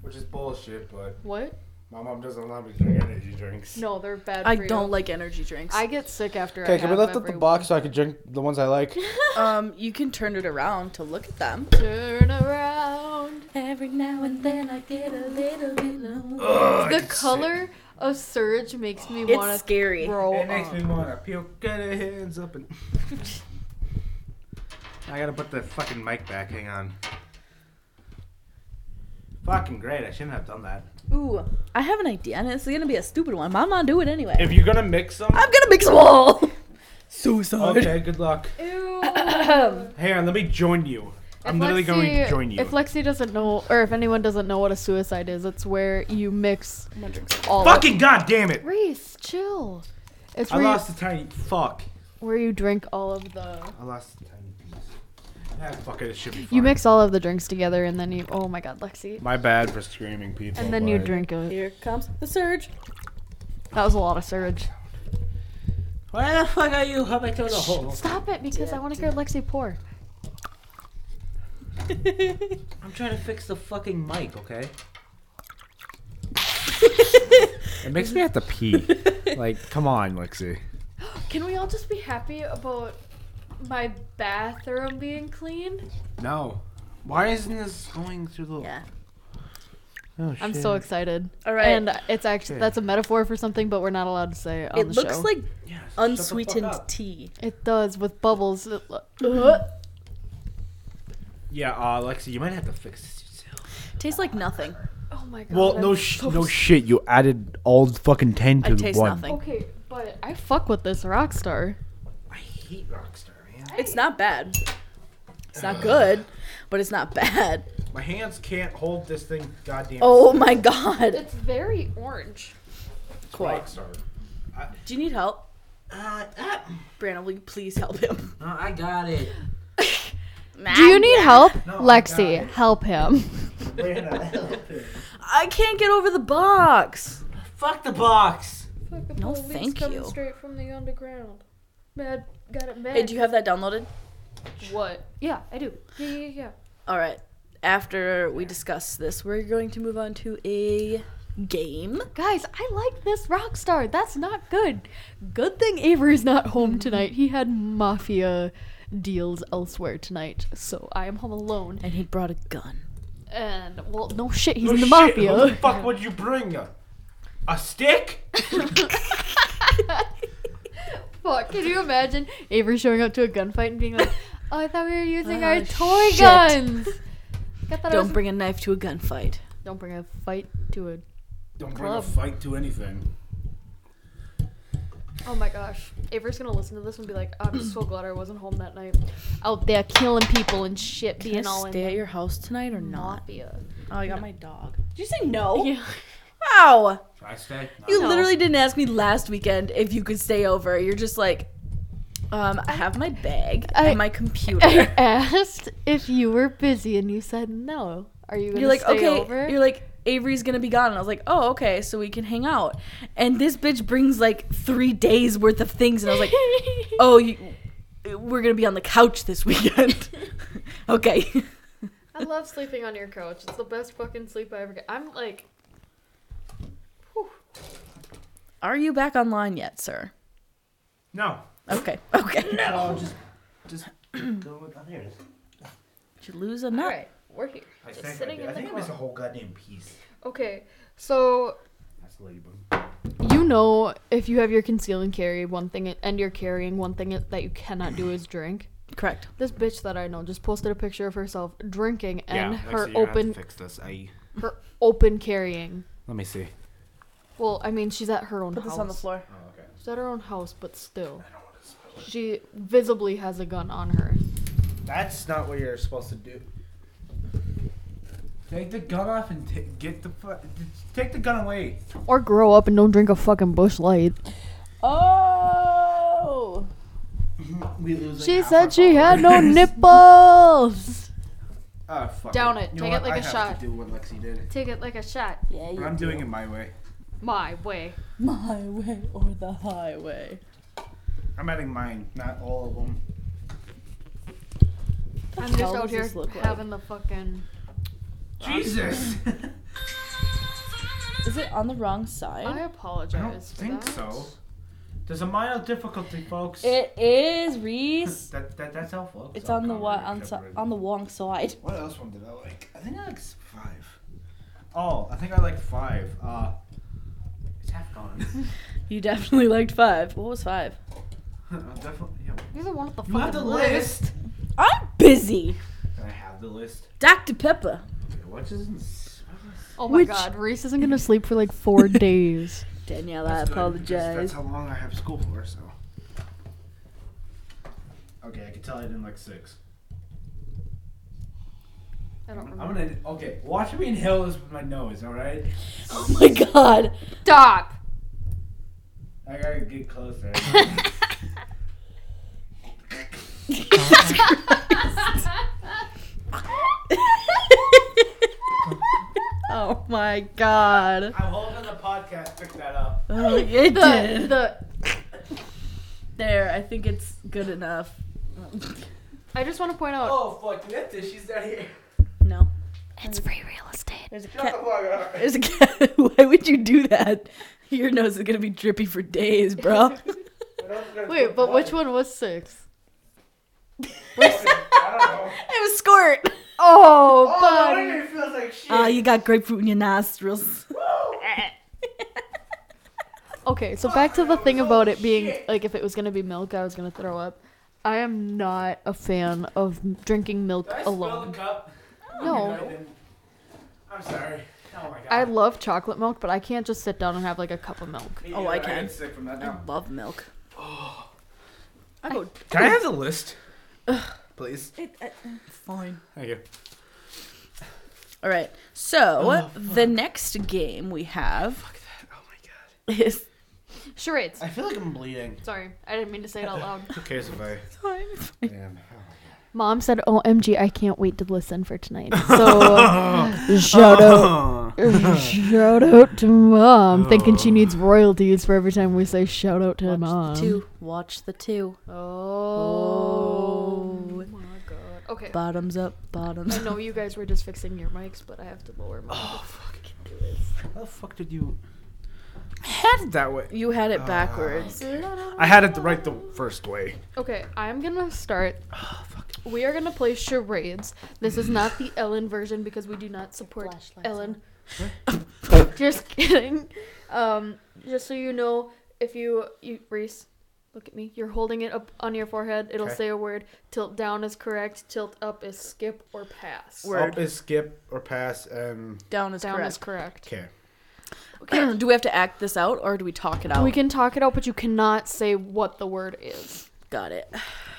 [SPEAKER 2] Which is bullshit, but
[SPEAKER 1] What?
[SPEAKER 2] my mom doesn't allow me to drink energy drinks.
[SPEAKER 1] No, they're bad.
[SPEAKER 3] I
[SPEAKER 1] for you.
[SPEAKER 3] don't like energy drinks.
[SPEAKER 1] I get sick after. I
[SPEAKER 2] Okay, can we
[SPEAKER 1] have
[SPEAKER 2] lift up the
[SPEAKER 1] every
[SPEAKER 2] box so I can drink the ones I like?
[SPEAKER 3] um, you can turn it around to look at them.
[SPEAKER 1] one. Turn around.
[SPEAKER 3] Every now and then I get a little bit
[SPEAKER 1] the color of surge makes me
[SPEAKER 3] It's
[SPEAKER 1] want to
[SPEAKER 3] scary.
[SPEAKER 1] throw
[SPEAKER 2] It makes
[SPEAKER 1] up.
[SPEAKER 2] me wanna puke. Get your hands up and. I gotta put the fucking mic back. Hang on. Fucking great. I shouldn't have done that.
[SPEAKER 3] Ooh, I have an idea, and it's gonna be a stupid one. but I'm gonna do it anyway.
[SPEAKER 2] If you're gonna mix them,
[SPEAKER 3] I'm gonna mix them all. Suicide.
[SPEAKER 2] okay. Good luck. Hang on. Let me join you. I'm literally going to join you.
[SPEAKER 1] If Lexi doesn't know, or if anyone doesn't know what a suicide is, it's where you mix all. of-
[SPEAKER 2] Fucking goddamn it!
[SPEAKER 1] Reese, chill. It's
[SPEAKER 2] I
[SPEAKER 1] where you,
[SPEAKER 2] lost a tiny. Fuck.
[SPEAKER 1] where you drink all of the.
[SPEAKER 2] I lost a tiny piece. Ah, fuck it. It should be fine.
[SPEAKER 1] You mix all of the drinks together and then you. Oh my god, Lexi.
[SPEAKER 2] My bad for screaming people.
[SPEAKER 1] And then you
[SPEAKER 2] but-
[SPEAKER 1] drink it.
[SPEAKER 3] Here comes the surge.
[SPEAKER 1] That was a lot of surge.
[SPEAKER 2] Where the fuck are you? How about the hole?
[SPEAKER 1] Stop it because I want to hear Lexi pour.
[SPEAKER 2] I'm trying to fix the fucking mic, okay? it makes me have to pee. Like, come on, Lexi.
[SPEAKER 1] Can we all just be happy about my bathroom being clean?
[SPEAKER 2] No. Why isn't this going through the?
[SPEAKER 3] Yeah.
[SPEAKER 2] Oh,
[SPEAKER 1] I'm
[SPEAKER 2] shit.
[SPEAKER 1] so excited.
[SPEAKER 3] All right.
[SPEAKER 1] And it's actually that's a metaphor for something, but we're not allowed to say it on
[SPEAKER 3] it
[SPEAKER 1] the
[SPEAKER 3] looks
[SPEAKER 1] show.
[SPEAKER 3] like
[SPEAKER 2] Yeah, shut the fuck
[SPEAKER 3] unsweetened
[SPEAKER 2] up.
[SPEAKER 3] tea.
[SPEAKER 1] it does with bubbles. It lo-
[SPEAKER 3] Uh-huh.
[SPEAKER 2] Yeah, uh, Lexi, you might have to fix this yourself.
[SPEAKER 3] Tastes like nothing.
[SPEAKER 1] oh my god.
[SPEAKER 2] Well, no,
[SPEAKER 1] I'm
[SPEAKER 2] sh-
[SPEAKER 1] so
[SPEAKER 2] no
[SPEAKER 1] s-
[SPEAKER 2] shit. You added all fucking ten
[SPEAKER 3] I
[SPEAKER 2] to the
[SPEAKER 3] taste
[SPEAKER 2] one.
[SPEAKER 3] nothing.
[SPEAKER 1] Okay, but I fuck with this rock star.
[SPEAKER 2] I hate Rockstar, man.
[SPEAKER 3] It's not bad. It's not good, but it's not bad.
[SPEAKER 2] My hands can't hold this thing. Goddamn.
[SPEAKER 3] Oh my god.
[SPEAKER 1] It's very orange.
[SPEAKER 3] Quite.
[SPEAKER 2] Rockstar.
[SPEAKER 3] Do you need help?
[SPEAKER 2] Uh, uh,
[SPEAKER 3] Brandon, will you please help him?
[SPEAKER 2] no, I got it.
[SPEAKER 1] Do you need help?
[SPEAKER 2] No, I
[SPEAKER 1] Lexi,
[SPEAKER 2] got it.
[SPEAKER 1] help him.
[SPEAKER 3] I can't get over the box.
[SPEAKER 2] Fuck the box.
[SPEAKER 3] No, thank you.
[SPEAKER 1] Straight from the underground. Mad, got it mad.
[SPEAKER 3] Hey, do you have that downloaded?
[SPEAKER 1] What? Yeah, I do. Yeah, yeah, yeah.
[SPEAKER 3] All right. After we discuss this, we're going to move on to a game.
[SPEAKER 1] Guys, I like this rock star. That's not good. Good thing Avery's not home tonight. He had mafia deals elsewhere tonight, so I am home alone.
[SPEAKER 3] And he brought a gun.
[SPEAKER 1] And well, no shit, he's
[SPEAKER 2] Oh,
[SPEAKER 1] in the
[SPEAKER 2] shit,
[SPEAKER 1] mafia.
[SPEAKER 2] What the fuck would you bring? A stick?
[SPEAKER 1] Fuck, can you imagine Avery showing up to a gunfight and being like, "Oh, I thought we were using our
[SPEAKER 3] Oh,
[SPEAKER 1] toy
[SPEAKER 3] shit.
[SPEAKER 1] guns." I thought I was-
[SPEAKER 3] Don't bring a knife to a gunfight.
[SPEAKER 1] Don't bring a fight to a.
[SPEAKER 2] Don't
[SPEAKER 1] bring a Club.
[SPEAKER 2] fight to anything.
[SPEAKER 1] Oh my gosh, Avery's gonna listen to this and be like, "I'm so glad I wasn't home that night, out there killing people and shit,
[SPEAKER 3] Can
[SPEAKER 1] being
[SPEAKER 3] I
[SPEAKER 1] all
[SPEAKER 3] stay
[SPEAKER 1] in
[SPEAKER 3] at
[SPEAKER 1] the
[SPEAKER 3] your house tonight or not?
[SPEAKER 1] mafia."
[SPEAKER 3] Oh, I got my dog. Did you say no?
[SPEAKER 1] Yeah.
[SPEAKER 3] Wow.
[SPEAKER 2] I stay?
[SPEAKER 3] You
[SPEAKER 1] No.
[SPEAKER 3] literally didn't ask me last weekend if you could stay over. You're just like, um, I have my bag
[SPEAKER 1] I-
[SPEAKER 3] and my computer.
[SPEAKER 1] I asked if you were busy and you said no. Are you gonna
[SPEAKER 3] you're like,
[SPEAKER 1] stay
[SPEAKER 3] okay.
[SPEAKER 1] over?
[SPEAKER 3] You're like, Avery's gonna be gone. And I was like, oh, okay, so we can hang out. And this bitch brings like three days worth of things, and I was like, oh, you, we're gonna be on the couch this weekend. okay.
[SPEAKER 1] I love sleeping on your couch. It's the best fucking sleep I ever get. I'm like,
[SPEAKER 3] Are you back online yet, sir?
[SPEAKER 2] No.
[SPEAKER 3] Okay. Okay.
[SPEAKER 2] No, just, just go with others.
[SPEAKER 3] Did you lose a nut?
[SPEAKER 1] right, we're here,
[SPEAKER 2] I
[SPEAKER 1] just
[SPEAKER 2] think
[SPEAKER 1] sitting in
[SPEAKER 2] I, did. I
[SPEAKER 1] the
[SPEAKER 2] think it was a whole goddamn piece.
[SPEAKER 1] Okay, so
[SPEAKER 2] That's ladybug.
[SPEAKER 1] you know if you have your conceal and carry, one thing, and you're carrying one thing that you cannot do is drink.
[SPEAKER 3] Correct.
[SPEAKER 1] This bitch that I know just posted a picture of herself drinking and
[SPEAKER 2] Lexi,
[SPEAKER 1] her
[SPEAKER 2] you're gonna have to
[SPEAKER 1] open
[SPEAKER 2] Fix this. I.
[SPEAKER 1] her open carrying.
[SPEAKER 2] Let me see.
[SPEAKER 1] Well, I mean, she's at her own
[SPEAKER 3] Put
[SPEAKER 1] house.
[SPEAKER 3] this on the floor.
[SPEAKER 2] Oh, okay.
[SPEAKER 1] She's at her own house, but still. She visibly has a gun on her.
[SPEAKER 2] That's not what you're supposed to do. Take the gun off and t- get the fu- take the gun away.
[SPEAKER 1] Or grow up and don't drink a fucking bush light.
[SPEAKER 3] Oh.
[SPEAKER 2] We lose. like,
[SPEAKER 1] She
[SPEAKER 2] half our
[SPEAKER 1] said she had no
[SPEAKER 2] followers.
[SPEAKER 1] nipples.
[SPEAKER 2] Ah, fuck
[SPEAKER 1] Down it. Take it like
[SPEAKER 2] a
[SPEAKER 1] a shot.
[SPEAKER 2] do what Lexi did.
[SPEAKER 1] Take it like a shot.
[SPEAKER 3] Yeah.
[SPEAKER 2] But
[SPEAKER 3] You
[SPEAKER 2] I'm doing it my way.
[SPEAKER 1] My way.
[SPEAKER 3] my way or the highway.
[SPEAKER 2] I'm adding mine, not all of them.
[SPEAKER 1] I'm just
[SPEAKER 3] hell
[SPEAKER 1] out
[SPEAKER 3] does
[SPEAKER 1] here
[SPEAKER 3] this look like?
[SPEAKER 1] having the fucking.
[SPEAKER 2] Oh. Jesus.
[SPEAKER 3] Is it on the wrong side?
[SPEAKER 1] I apologize.
[SPEAKER 2] I don't
[SPEAKER 1] for
[SPEAKER 2] think
[SPEAKER 1] that.
[SPEAKER 2] so. There's a mild difficulty, folks.
[SPEAKER 3] It is Reese.
[SPEAKER 2] that, that that's how folks.
[SPEAKER 3] It's on the what on so, on the wrong side.
[SPEAKER 2] What else one did I like? I think I like s- five. Oh, I think I like five. Uh, it's half gone.
[SPEAKER 3] You definitely liked five. What was five?
[SPEAKER 2] I'm definitely. Yeah.
[SPEAKER 1] You're the one with the
[SPEAKER 2] You
[SPEAKER 1] fucking
[SPEAKER 2] have the
[SPEAKER 1] list.
[SPEAKER 2] list.
[SPEAKER 3] I'm busy.
[SPEAKER 2] I have the list.
[SPEAKER 3] Dr Pepper.
[SPEAKER 2] What is in s-
[SPEAKER 1] Oh my
[SPEAKER 3] Which-
[SPEAKER 1] god, Reese isn't gonna sleep for like four days.
[SPEAKER 3] Danielle,
[SPEAKER 2] That's
[SPEAKER 3] I
[SPEAKER 2] good, because
[SPEAKER 3] apologize.
[SPEAKER 2] That's how long I have school for, so. Okay, I can tell I didn't like six.
[SPEAKER 1] I don't
[SPEAKER 2] I'm
[SPEAKER 1] remember.
[SPEAKER 2] gonna. Okay, watch me inhale this with my nose, alright?
[SPEAKER 3] Oh my god.
[SPEAKER 1] Stop!
[SPEAKER 2] I gotta get closer.
[SPEAKER 3] oh my god.
[SPEAKER 2] I'm hoping the podcast picked that up.
[SPEAKER 3] Oh, it did.
[SPEAKER 1] The,
[SPEAKER 3] There, I think it's good enough.
[SPEAKER 1] I just want to point out.
[SPEAKER 2] Oh, fuck, Nifty, she's down here.
[SPEAKER 3] No.
[SPEAKER 1] It's free real estate.
[SPEAKER 3] There's a
[SPEAKER 2] Shut the
[SPEAKER 3] cat.
[SPEAKER 2] fuck up.
[SPEAKER 3] There's a cat. Why would you do that? Your nose is gonna be drippy for days, bro.
[SPEAKER 2] Oh,
[SPEAKER 1] Wait, but which one was six?
[SPEAKER 2] I
[SPEAKER 3] It was squirt.
[SPEAKER 1] Oh,
[SPEAKER 2] don't know. Oh,
[SPEAKER 1] buddy. Uh,
[SPEAKER 2] it feels like shit.
[SPEAKER 3] Oh, you got grapefruit in your nostrils.
[SPEAKER 1] Okay, so back to the thing about it being like if it was gonna be milk, I was gonna throw up. I am not a fan of m- drinking milk
[SPEAKER 2] Did I spill
[SPEAKER 1] alone.
[SPEAKER 2] the cup? I
[SPEAKER 1] No,
[SPEAKER 2] didn't. I'm sorry. Oh my god.
[SPEAKER 1] I love chocolate milk, but I can't just sit down and have like a cup of milk.
[SPEAKER 2] Me
[SPEAKER 3] Oh,
[SPEAKER 2] either,
[SPEAKER 3] I
[SPEAKER 2] get
[SPEAKER 3] can.
[SPEAKER 2] sick from that
[SPEAKER 3] I
[SPEAKER 2] now.
[SPEAKER 3] love milk. I go.
[SPEAKER 2] Can I have the list? Please.
[SPEAKER 3] uh, Fine.
[SPEAKER 2] Thank you.
[SPEAKER 3] All right. So the next game we have
[SPEAKER 2] Oh my god.
[SPEAKER 3] is.
[SPEAKER 1] Charades.
[SPEAKER 2] I feel like I'm bleeding.
[SPEAKER 1] Sorry, I didn't mean to say it out loud.
[SPEAKER 2] Who cares if I am?
[SPEAKER 1] Mom said, "OMG, I can't wait to listen for tonight." So shout out, shout out to
[SPEAKER 2] Oh.
[SPEAKER 1] mom, thinking she needs royalties for every time we say shout out to mom.
[SPEAKER 3] Two. Watch the two.
[SPEAKER 1] Oh, my god. Okay.
[SPEAKER 3] Bottoms up. Bottoms.
[SPEAKER 1] I know you guys were just fixing your mics, but I have to lower my. Oh fuck!
[SPEAKER 2] How the fuck did you? Had it that way.
[SPEAKER 3] You had it backwards.
[SPEAKER 2] I had it the right the first way.
[SPEAKER 1] Okay, I'm gonna start. We are gonna play charades. This is not the Ellen version because we do not support Ellen. just kidding. Um, just so you know, if you you Reese, look at me. You're holding it up on your forehead. It'll
[SPEAKER 2] Okay.
[SPEAKER 1] say a word. Tilt down is correct. Tilt up is skip or pass.
[SPEAKER 3] Word.
[SPEAKER 2] Up is skip or pass and
[SPEAKER 3] Down is
[SPEAKER 1] down is
[SPEAKER 3] correct.
[SPEAKER 1] correct.
[SPEAKER 2] okay.
[SPEAKER 3] do we have to act this out or do we talk it out?
[SPEAKER 1] We can talk it out, but you cannot say what the word is.
[SPEAKER 3] Got it.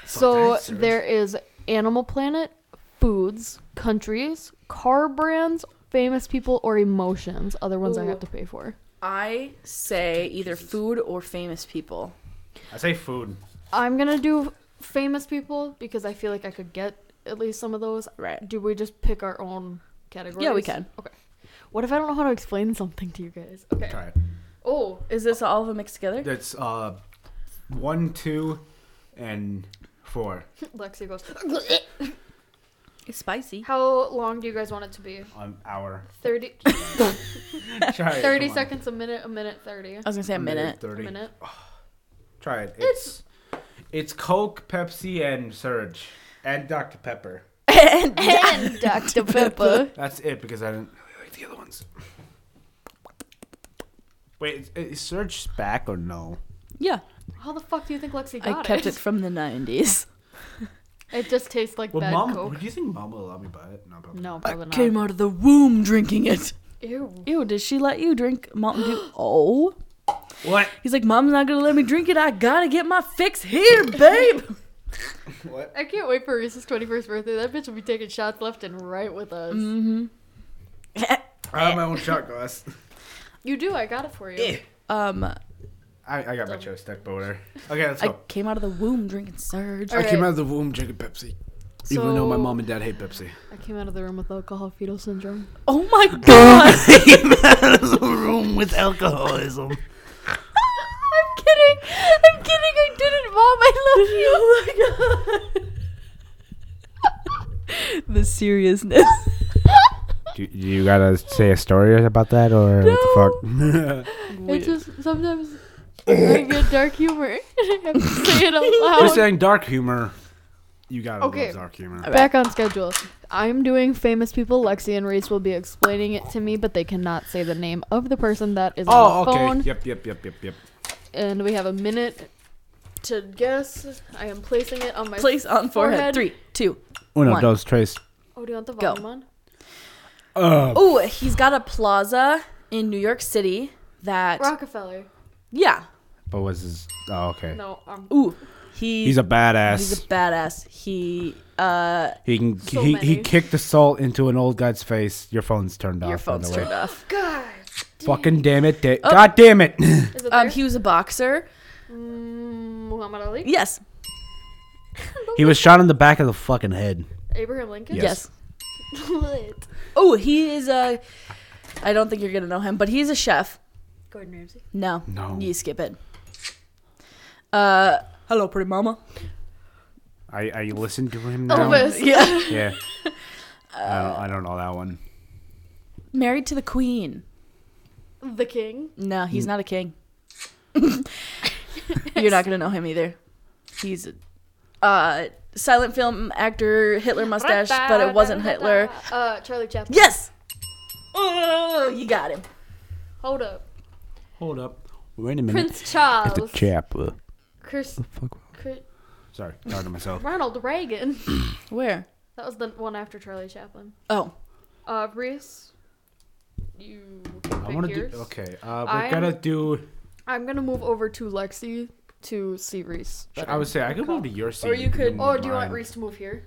[SPEAKER 1] So
[SPEAKER 2] that's serious.
[SPEAKER 1] there is Animal Planet, foods, countries, car brands, famous people, or emotions. Other ones I
[SPEAKER 3] Ooh.
[SPEAKER 1] have to pay for.
[SPEAKER 3] I say either food or famous people.
[SPEAKER 2] I say food.
[SPEAKER 1] I'm gonna do famous people because I feel like I could get at least some of those.
[SPEAKER 3] Right.
[SPEAKER 1] Do we just pick our own categories?
[SPEAKER 3] Yeah, we can.
[SPEAKER 1] Okay. What if I don't know how to explain something to you guys? Okay.
[SPEAKER 2] Try it.
[SPEAKER 1] Oh,
[SPEAKER 3] Is this all of them mixed together?
[SPEAKER 2] That's uh, one, two, and four.
[SPEAKER 1] Lexi goes.
[SPEAKER 3] It's spicy.
[SPEAKER 1] How long do you guys want it to be?
[SPEAKER 2] An hour.
[SPEAKER 1] 30,
[SPEAKER 2] Try it.
[SPEAKER 1] 30
[SPEAKER 2] come on.
[SPEAKER 1] seconds, a minute, a minute, 30.
[SPEAKER 3] I was gonna say a minute.
[SPEAKER 1] A
[SPEAKER 2] Thirty.
[SPEAKER 1] minute.
[SPEAKER 2] Try it. It's it's Coke, Pepsi, and Surge, and Dr Pepper.
[SPEAKER 1] And Dr. Pepper.
[SPEAKER 2] That's it because I didn't really like the other ones. Wait, is, is Surge back or no?
[SPEAKER 3] Yeah,
[SPEAKER 1] How the fuck do you think Lexi
[SPEAKER 3] I
[SPEAKER 1] got
[SPEAKER 3] kept it from the '90s.
[SPEAKER 1] It just tastes like
[SPEAKER 2] Well,
[SPEAKER 1] bad
[SPEAKER 2] mom,
[SPEAKER 1] Coke.
[SPEAKER 2] do you think mom will let me buy it? No, probably.
[SPEAKER 1] No, probably not.
[SPEAKER 3] Came out of the womb drinking it.
[SPEAKER 1] Ew.
[SPEAKER 3] Ew, did she let you drink Mountain Dew? Oh.
[SPEAKER 2] What?
[SPEAKER 3] He's like, Mom's not gonna let me drink it. I gotta get my fix here, babe.
[SPEAKER 1] I can't wait for Reese's 21st birthday. That bitch will be taking shots left and right with us.
[SPEAKER 2] I have my own shot glass.
[SPEAKER 1] You do. I got it for you.
[SPEAKER 3] um,
[SPEAKER 2] I, I got my chest stuck, but whatever. Okay, let's
[SPEAKER 1] Oh.
[SPEAKER 3] I
[SPEAKER 2] go.
[SPEAKER 3] came out of the womb drinking Surge.
[SPEAKER 1] All
[SPEAKER 7] I came
[SPEAKER 1] right.
[SPEAKER 7] out of the womb drinking Pepsi, even
[SPEAKER 1] So-
[SPEAKER 7] though my mom and dad hate Pepsi.
[SPEAKER 1] I came out of the room with alcohol fetal syndrome.
[SPEAKER 3] Oh my god.
[SPEAKER 7] came out of the room with alcoholism.
[SPEAKER 1] I'm kidding. I'm kidding. I didn't, Mom.
[SPEAKER 3] Oh
[SPEAKER 1] I love you.
[SPEAKER 3] the seriousness.
[SPEAKER 2] Do, do you gotta say a story about that or what the fuck?
[SPEAKER 1] It's just sometimes I get dark humor. I have to say it
[SPEAKER 7] You're
[SPEAKER 1] out loud.
[SPEAKER 7] saying dark humor. You gotta
[SPEAKER 1] Oh, Okay.
[SPEAKER 7] love dark humor.
[SPEAKER 1] Back on schedule. I'm doing famous people. Lexi and Reese will be explaining it to me, but they cannot say the name of the person that is
[SPEAKER 7] Oh,
[SPEAKER 1] on the
[SPEAKER 7] okay.
[SPEAKER 1] phone.
[SPEAKER 7] Yep, yep, yep, yep, yep.
[SPEAKER 1] And we have a minute to guess. I am placing it on my.
[SPEAKER 3] Place on forehead.
[SPEAKER 1] Forehead.
[SPEAKER 3] Three, two.
[SPEAKER 2] Uno,
[SPEAKER 3] One.
[SPEAKER 2] dos, tres.
[SPEAKER 1] oh, do you want the
[SPEAKER 3] Go.
[SPEAKER 1] volume on?
[SPEAKER 7] Uh,
[SPEAKER 3] Oh, he's got a plaza in New York City that.
[SPEAKER 1] Rockefeller.
[SPEAKER 3] Yeah.
[SPEAKER 2] But was his? Oh, okay.
[SPEAKER 1] No. Um,
[SPEAKER 3] Ooh. He,
[SPEAKER 2] He's a badass.
[SPEAKER 3] He's a badass. He. Uh,
[SPEAKER 2] he can
[SPEAKER 1] So
[SPEAKER 2] he, he
[SPEAKER 1] many.
[SPEAKER 2] kicked the salt into an old guy's face. Your phone's turned off.
[SPEAKER 3] your
[SPEAKER 2] by the
[SPEAKER 3] phone's
[SPEAKER 2] way.
[SPEAKER 3] turned off.
[SPEAKER 1] God.
[SPEAKER 2] Fucking damn it! da- God damn it!
[SPEAKER 1] Oh. Is it
[SPEAKER 3] Um,
[SPEAKER 1] there?
[SPEAKER 3] he was a boxer.
[SPEAKER 1] Mm, Muhammad Ali.
[SPEAKER 3] Yes.
[SPEAKER 2] he was shot in the back of the fucking head.
[SPEAKER 1] Abraham Lincoln.
[SPEAKER 3] Yes.
[SPEAKER 2] Yes.
[SPEAKER 1] Lit.
[SPEAKER 3] Oh, he is a. I don't think you're gonna know him, but he's a chef.
[SPEAKER 1] Gordon Ramsay.
[SPEAKER 3] No.
[SPEAKER 7] No.
[SPEAKER 3] You skip it. Uh, hello, pretty mama.
[SPEAKER 2] I I listened to him now.
[SPEAKER 1] Elvis.
[SPEAKER 3] Yeah.
[SPEAKER 2] Yeah. I, don't, I don't know that one.
[SPEAKER 3] Married to the queen.
[SPEAKER 1] The King.
[SPEAKER 3] No, he's not a king. You're not gonna know him either. He's a uh, silent film actor, Hitler mustache, but it wasn't Hitler.
[SPEAKER 1] Uh, Charlie Chaplin.
[SPEAKER 3] Yes. Oh, you got him.
[SPEAKER 1] Hold up.
[SPEAKER 7] Hold up.
[SPEAKER 2] Wait a minute.
[SPEAKER 1] Prince Charles.
[SPEAKER 2] chapel.
[SPEAKER 1] Chris,
[SPEAKER 2] Fuck.
[SPEAKER 1] Chris,
[SPEAKER 2] Sorry, talking to myself.
[SPEAKER 1] Ronald Reagan.
[SPEAKER 3] Where?
[SPEAKER 1] That was the one after Charlie Chaplin.
[SPEAKER 3] Oh,
[SPEAKER 1] Uh, Reese. You.
[SPEAKER 2] I want to
[SPEAKER 1] yours.
[SPEAKER 2] do. Okay, uh, we're
[SPEAKER 1] I'm-
[SPEAKER 2] gonna do.
[SPEAKER 1] I'm gonna move over to Lexi to see Reese.
[SPEAKER 2] I would say I could move to your seat.
[SPEAKER 3] you could-
[SPEAKER 2] move
[SPEAKER 1] Or do you want
[SPEAKER 2] mine.
[SPEAKER 1] Reese to move here?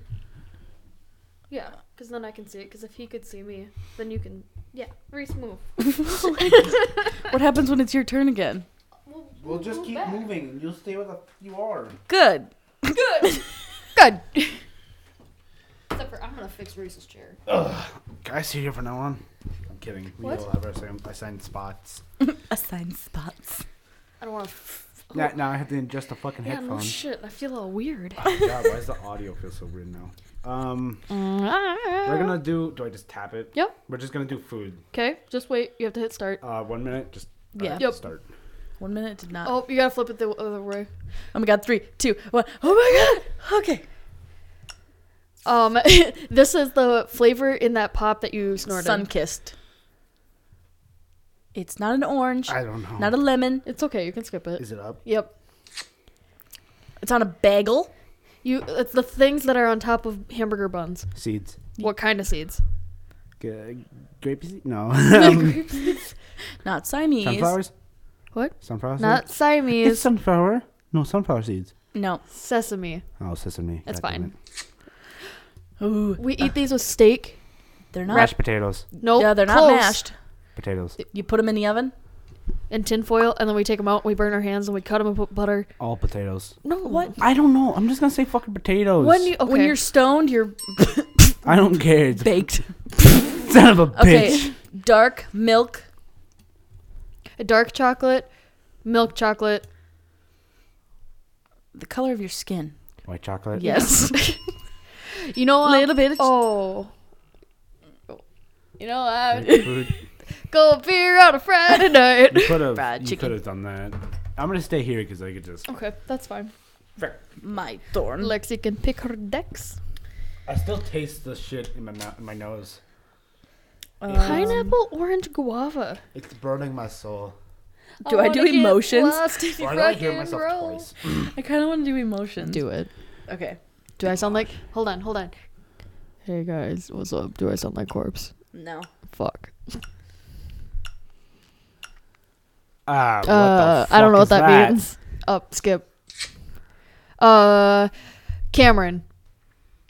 [SPEAKER 1] Yeah, because then I can see it. Because if he could see me, then you can. Yeah, Reese, move.
[SPEAKER 3] what happens when it's your turn again?
[SPEAKER 2] We'll just keep moving, and you'll stay where the you are.
[SPEAKER 3] Good.
[SPEAKER 1] Good.
[SPEAKER 3] Good.
[SPEAKER 1] Except for I'm gonna fix Reese's chair.
[SPEAKER 2] Can I sit here from now on? I'm kidding. We all have our same assigned spots.
[SPEAKER 3] Assign spots.
[SPEAKER 1] I don't want to.
[SPEAKER 2] Yeah, now I have to adjust the fucking
[SPEAKER 1] Yeah, no
[SPEAKER 2] headphones.
[SPEAKER 1] shit. I feel all weird.
[SPEAKER 2] God, why does the audio feel so weird now? Um, we're gonna do. Do I just tap it?
[SPEAKER 1] Yep.
[SPEAKER 2] We're just gonna do food.
[SPEAKER 1] Okay, just wait. You have to hit start.
[SPEAKER 2] Uh, one minute. Just all
[SPEAKER 3] Yeah.
[SPEAKER 2] right,
[SPEAKER 1] Yep.
[SPEAKER 2] Start.
[SPEAKER 3] One minute did not. Oh,
[SPEAKER 1] Oh, you gotta flip it the other way.
[SPEAKER 3] my god, three, two, one. Oh my god. Okay.
[SPEAKER 1] Um, this is the flavor in that pop that you snorted.
[SPEAKER 3] Sun kissed. It's not an orange.
[SPEAKER 2] I don't know.
[SPEAKER 3] Not a lemon.
[SPEAKER 1] It's okay. You can skip it.
[SPEAKER 2] Is it up?
[SPEAKER 1] Yep.
[SPEAKER 3] It's on a bagel.
[SPEAKER 1] You. It's the things that are on top of hamburger buns.
[SPEAKER 2] Seeds.
[SPEAKER 1] What kind of seeds?
[SPEAKER 2] G- grape seed? No. um,
[SPEAKER 3] Not Siamese.
[SPEAKER 2] sunflowers.
[SPEAKER 1] What?
[SPEAKER 2] Sunflower.
[SPEAKER 1] Not
[SPEAKER 2] seeds?
[SPEAKER 1] Siamese.
[SPEAKER 2] It's sunflower. No, sunflower seeds.
[SPEAKER 3] No.
[SPEAKER 1] Sesame.
[SPEAKER 2] Oh, sesame.
[SPEAKER 1] That's
[SPEAKER 2] God damn
[SPEAKER 1] fine.
[SPEAKER 2] it.
[SPEAKER 3] Ooh,
[SPEAKER 1] We eat these with steak.
[SPEAKER 3] they're not.
[SPEAKER 2] Mashed potatoes.
[SPEAKER 1] Nope.
[SPEAKER 3] yeah, they're not
[SPEAKER 1] close.
[SPEAKER 3] mashed.
[SPEAKER 2] Potatoes.
[SPEAKER 3] You put them in the oven.
[SPEAKER 1] In tin foil, and then we take them out. and We burn our hands, and we cut them and put butter.
[SPEAKER 2] All potatoes.
[SPEAKER 1] No. What?
[SPEAKER 2] I don't know. I'm just gonna say fucking potatoes.
[SPEAKER 1] When you
[SPEAKER 3] When you're stoned, you're
[SPEAKER 2] I don't care. It's a
[SPEAKER 3] baked.
[SPEAKER 2] son of a
[SPEAKER 3] Okay.
[SPEAKER 2] bitch.
[SPEAKER 3] Dark milk.
[SPEAKER 1] dark chocolate, milk chocolate.
[SPEAKER 3] The color of your skin.
[SPEAKER 2] White chocolate.
[SPEAKER 3] Yes.
[SPEAKER 1] You know what?
[SPEAKER 3] Little bit. Of
[SPEAKER 1] Oh. You know what?
[SPEAKER 2] Food.
[SPEAKER 1] Cold beer on a Friday night.
[SPEAKER 2] You could
[SPEAKER 3] Fried
[SPEAKER 2] have. You
[SPEAKER 3] chicken.
[SPEAKER 2] could have done that. I'm gonna stay here because I could just.
[SPEAKER 1] Okay, that's fine.
[SPEAKER 3] My thorn.
[SPEAKER 1] Lexi can pick her decks.
[SPEAKER 2] I still taste the shit in my mouth, in my nose.
[SPEAKER 1] Pineapple, orange, guava.
[SPEAKER 2] It's burning my soul.
[SPEAKER 3] Do I do
[SPEAKER 1] wanna get
[SPEAKER 3] emotions?
[SPEAKER 1] lost in
[SPEAKER 2] Why do I
[SPEAKER 1] rock
[SPEAKER 2] hear
[SPEAKER 1] Uh, and
[SPEAKER 2] myself
[SPEAKER 1] roll.
[SPEAKER 2] twice?
[SPEAKER 3] I kind of want to do emotions.
[SPEAKER 1] Do it.
[SPEAKER 3] Okay.
[SPEAKER 1] Do I sound like? Hold on, hold on. Hey guys, what's up? Do I sound like corpse?
[SPEAKER 3] No.
[SPEAKER 1] Fuck.
[SPEAKER 2] Ah, what
[SPEAKER 1] Uh,
[SPEAKER 2] the
[SPEAKER 1] I don't know
[SPEAKER 2] fuck
[SPEAKER 1] what
[SPEAKER 2] is
[SPEAKER 1] that, means. Up, skip. Uh, Cameron.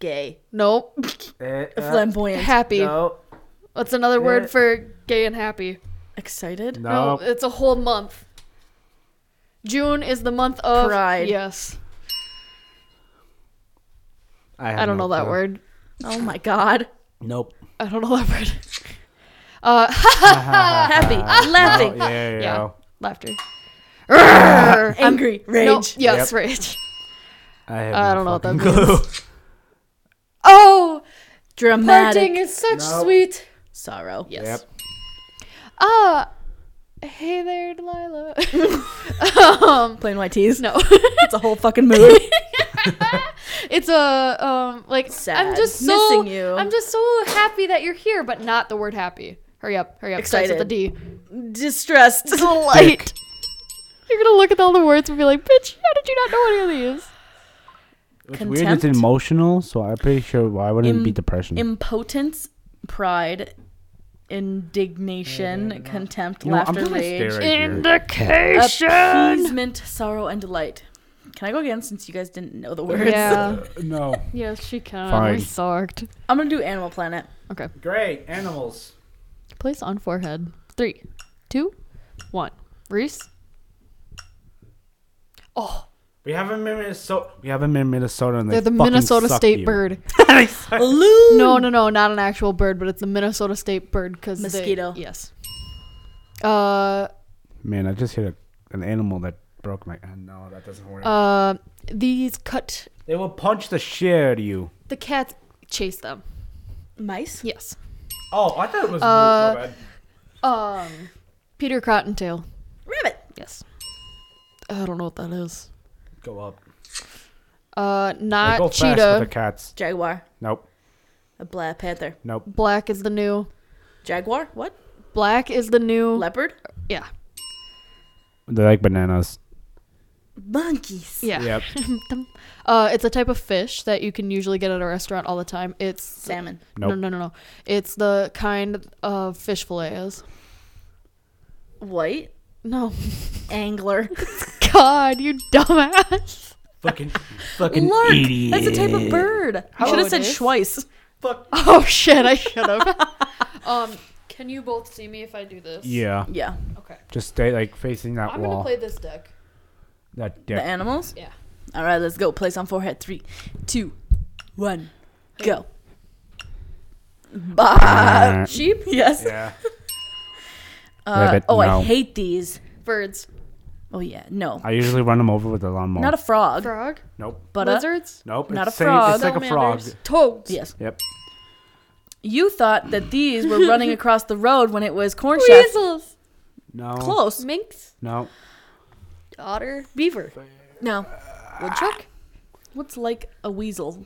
[SPEAKER 3] Gay.
[SPEAKER 1] Nope.
[SPEAKER 2] Eh, eh,
[SPEAKER 3] Flamboyant.
[SPEAKER 1] Happy.
[SPEAKER 2] no,
[SPEAKER 1] What's another
[SPEAKER 2] Eh.
[SPEAKER 1] word for gay and happy?
[SPEAKER 3] Excited?
[SPEAKER 1] No, uh,
[SPEAKER 2] no.
[SPEAKER 1] it's a whole month. June is the month of
[SPEAKER 3] Pride.
[SPEAKER 1] Yes,
[SPEAKER 2] have
[SPEAKER 1] I don't
[SPEAKER 2] no
[SPEAKER 1] know that
[SPEAKER 2] clue.
[SPEAKER 1] word.
[SPEAKER 3] Oh my god.
[SPEAKER 2] Nope.
[SPEAKER 1] I don't know that word. Uh,
[SPEAKER 3] Happy.
[SPEAKER 2] Oh,
[SPEAKER 3] laughing.
[SPEAKER 2] yeah, yeah,
[SPEAKER 1] Yeah.
[SPEAKER 2] yeah.
[SPEAKER 1] laughter. Arrgh.
[SPEAKER 3] Angry. Rage.
[SPEAKER 1] No, yes, rage.
[SPEAKER 2] I, have
[SPEAKER 1] Uh, I
[SPEAKER 2] no
[SPEAKER 1] don't know what that
[SPEAKER 2] fucking
[SPEAKER 1] means.
[SPEAKER 2] clue.
[SPEAKER 1] Oh,
[SPEAKER 3] Dramatic.
[SPEAKER 1] parting is such
[SPEAKER 2] No.
[SPEAKER 1] sweet.
[SPEAKER 3] Sorrow.
[SPEAKER 1] Yes.
[SPEAKER 2] Yep.
[SPEAKER 1] Ah, hey there, Delilah. Um,
[SPEAKER 3] Plain white tees.
[SPEAKER 1] no,
[SPEAKER 3] It's a whole fucking movie.
[SPEAKER 1] it's a um like I'm
[SPEAKER 3] Sad.
[SPEAKER 1] just so
[SPEAKER 3] Missing you.
[SPEAKER 1] I'm just so happy that you're here, but not the word happy. Hurry up, hurry up. Starts with a D.
[SPEAKER 3] Distressed.
[SPEAKER 1] Delight. You're gonna look at all the words and be like, bitch, how did you not know any of these?
[SPEAKER 2] It's weird. It's
[SPEAKER 3] Contempt.
[SPEAKER 2] emotional, so I'm pretty sure why wouldn't it be
[SPEAKER 3] Im-
[SPEAKER 2] depression?
[SPEAKER 3] Impotence. Pride. Indignation. contempt.
[SPEAKER 2] You know,
[SPEAKER 3] laughter.
[SPEAKER 2] just gonna stay
[SPEAKER 3] rage.
[SPEAKER 2] right here.
[SPEAKER 3] Appeasement. Sorrow and delight. Can I go again since you guys didn't know the words?
[SPEAKER 1] Yeah.
[SPEAKER 2] Uh, No.
[SPEAKER 1] yes, she can.
[SPEAKER 2] Fine.
[SPEAKER 1] We sucked.
[SPEAKER 3] I'm gonna do Animal Planet.
[SPEAKER 1] Okay.
[SPEAKER 2] Great animals.
[SPEAKER 1] Place on forehead. Three, two, one. Reese?
[SPEAKER 2] We haven't been Minnesota. We haven't been Minnesota, and they
[SPEAKER 1] They're the
[SPEAKER 2] fucking
[SPEAKER 1] Minnesota
[SPEAKER 2] suck
[SPEAKER 1] State
[SPEAKER 2] you.
[SPEAKER 1] bird.
[SPEAKER 3] Balloon.
[SPEAKER 1] No, no, no, not an actual bird, but it's the Minnesota State bird because
[SPEAKER 3] Mosquito.
[SPEAKER 1] yes. Uh,
[SPEAKER 2] Man, I just hit a, an animal that broke my. Uh, no, that doesn't work.
[SPEAKER 1] uh, these cut.
[SPEAKER 2] they will punch the shit out of you.
[SPEAKER 1] The cats chase them.
[SPEAKER 3] Mice.
[SPEAKER 1] Yes.
[SPEAKER 2] Oh, I thought it was.
[SPEAKER 1] Uh, Um, Peter Cottontail.
[SPEAKER 3] Rabbit.
[SPEAKER 1] Yes. I don't know what that is.
[SPEAKER 2] Go up.
[SPEAKER 1] Uh,
[SPEAKER 2] They
[SPEAKER 1] not
[SPEAKER 2] go fast
[SPEAKER 1] cheetah.
[SPEAKER 2] with the cats.
[SPEAKER 3] Jaguar.
[SPEAKER 2] Nope.
[SPEAKER 3] A black panther.
[SPEAKER 2] Nope.
[SPEAKER 1] Black is the new.
[SPEAKER 3] Jaguar. What?
[SPEAKER 1] Black is the new.
[SPEAKER 3] Leopard.
[SPEAKER 1] yeah.
[SPEAKER 2] They're like bananas.
[SPEAKER 3] Monkeys.
[SPEAKER 1] Yeah.
[SPEAKER 2] Yep.
[SPEAKER 1] Uh, it's a type of fish that you can usually get at a restaurant all the time. It's
[SPEAKER 3] Salmon.
[SPEAKER 1] No,
[SPEAKER 2] Nope.
[SPEAKER 1] no, no, no. It's the kind of fish fillet is.
[SPEAKER 3] White.
[SPEAKER 1] No.
[SPEAKER 3] Angler.
[SPEAKER 1] God, you dumbass.
[SPEAKER 2] fucking, fucking
[SPEAKER 3] Lark.
[SPEAKER 7] idiot.
[SPEAKER 3] That's a type of bird. You should have
[SPEAKER 1] it
[SPEAKER 3] said
[SPEAKER 1] is?
[SPEAKER 3] Schweiss.
[SPEAKER 1] Oh shit, I should have. um, can you both see me if I do this?
[SPEAKER 2] Yeah.
[SPEAKER 3] Yeah.
[SPEAKER 1] Okay.
[SPEAKER 2] Just stay like facing that
[SPEAKER 1] I'm
[SPEAKER 2] wall.
[SPEAKER 1] gonna play this deck.
[SPEAKER 2] that
[SPEAKER 3] The
[SPEAKER 2] dick.
[SPEAKER 3] animals.
[SPEAKER 1] Yeah.
[SPEAKER 3] All right, let's go. Place on forehead. Three, two, one, go. Bah. Sheep. Yes.
[SPEAKER 2] Yeah.
[SPEAKER 3] Uh,
[SPEAKER 2] Rabbit,
[SPEAKER 3] oh,
[SPEAKER 2] no.
[SPEAKER 3] I hate these.
[SPEAKER 1] Birds.
[SPEAKER 3] Oh yeah. No.
[SPEAKER 2] I usually run them over with a lawnmower.
[SPEAKER 3] Not a frog,
[SPEAKER 1] Frog.
[SPEAKER 2] nope.
[SPEAKER 3] but a
[SPEAKER 1] Lizards.
[SPEAKER 2] Nope.
[SPEAKER 3] Not
[SPEAKER 2] it's
[SPEAKER 3] a
[SPEAKER 2] the same-
[SPEAKER 3] frog.
[SPEAKER 2] It's like a frog.
[SPEAKER 1] Salamanders. Toads.
[SPEAKER 3] yes.
[SPEAKER 2] Yep.
[SPEAKER 3] You thought that these were running across the road when it was corn chefs.
[SPEAKER 1] Weasels.
[SPEAKER 2] No.
[SPEAKER 3] Close.
[SPEAKER 1] Minks.
[SPEAKER 2] No.
[SPEAKER 1] Otter. Beaver.
[SPEAKER 3] No. Woodchuck? What's like a weasel?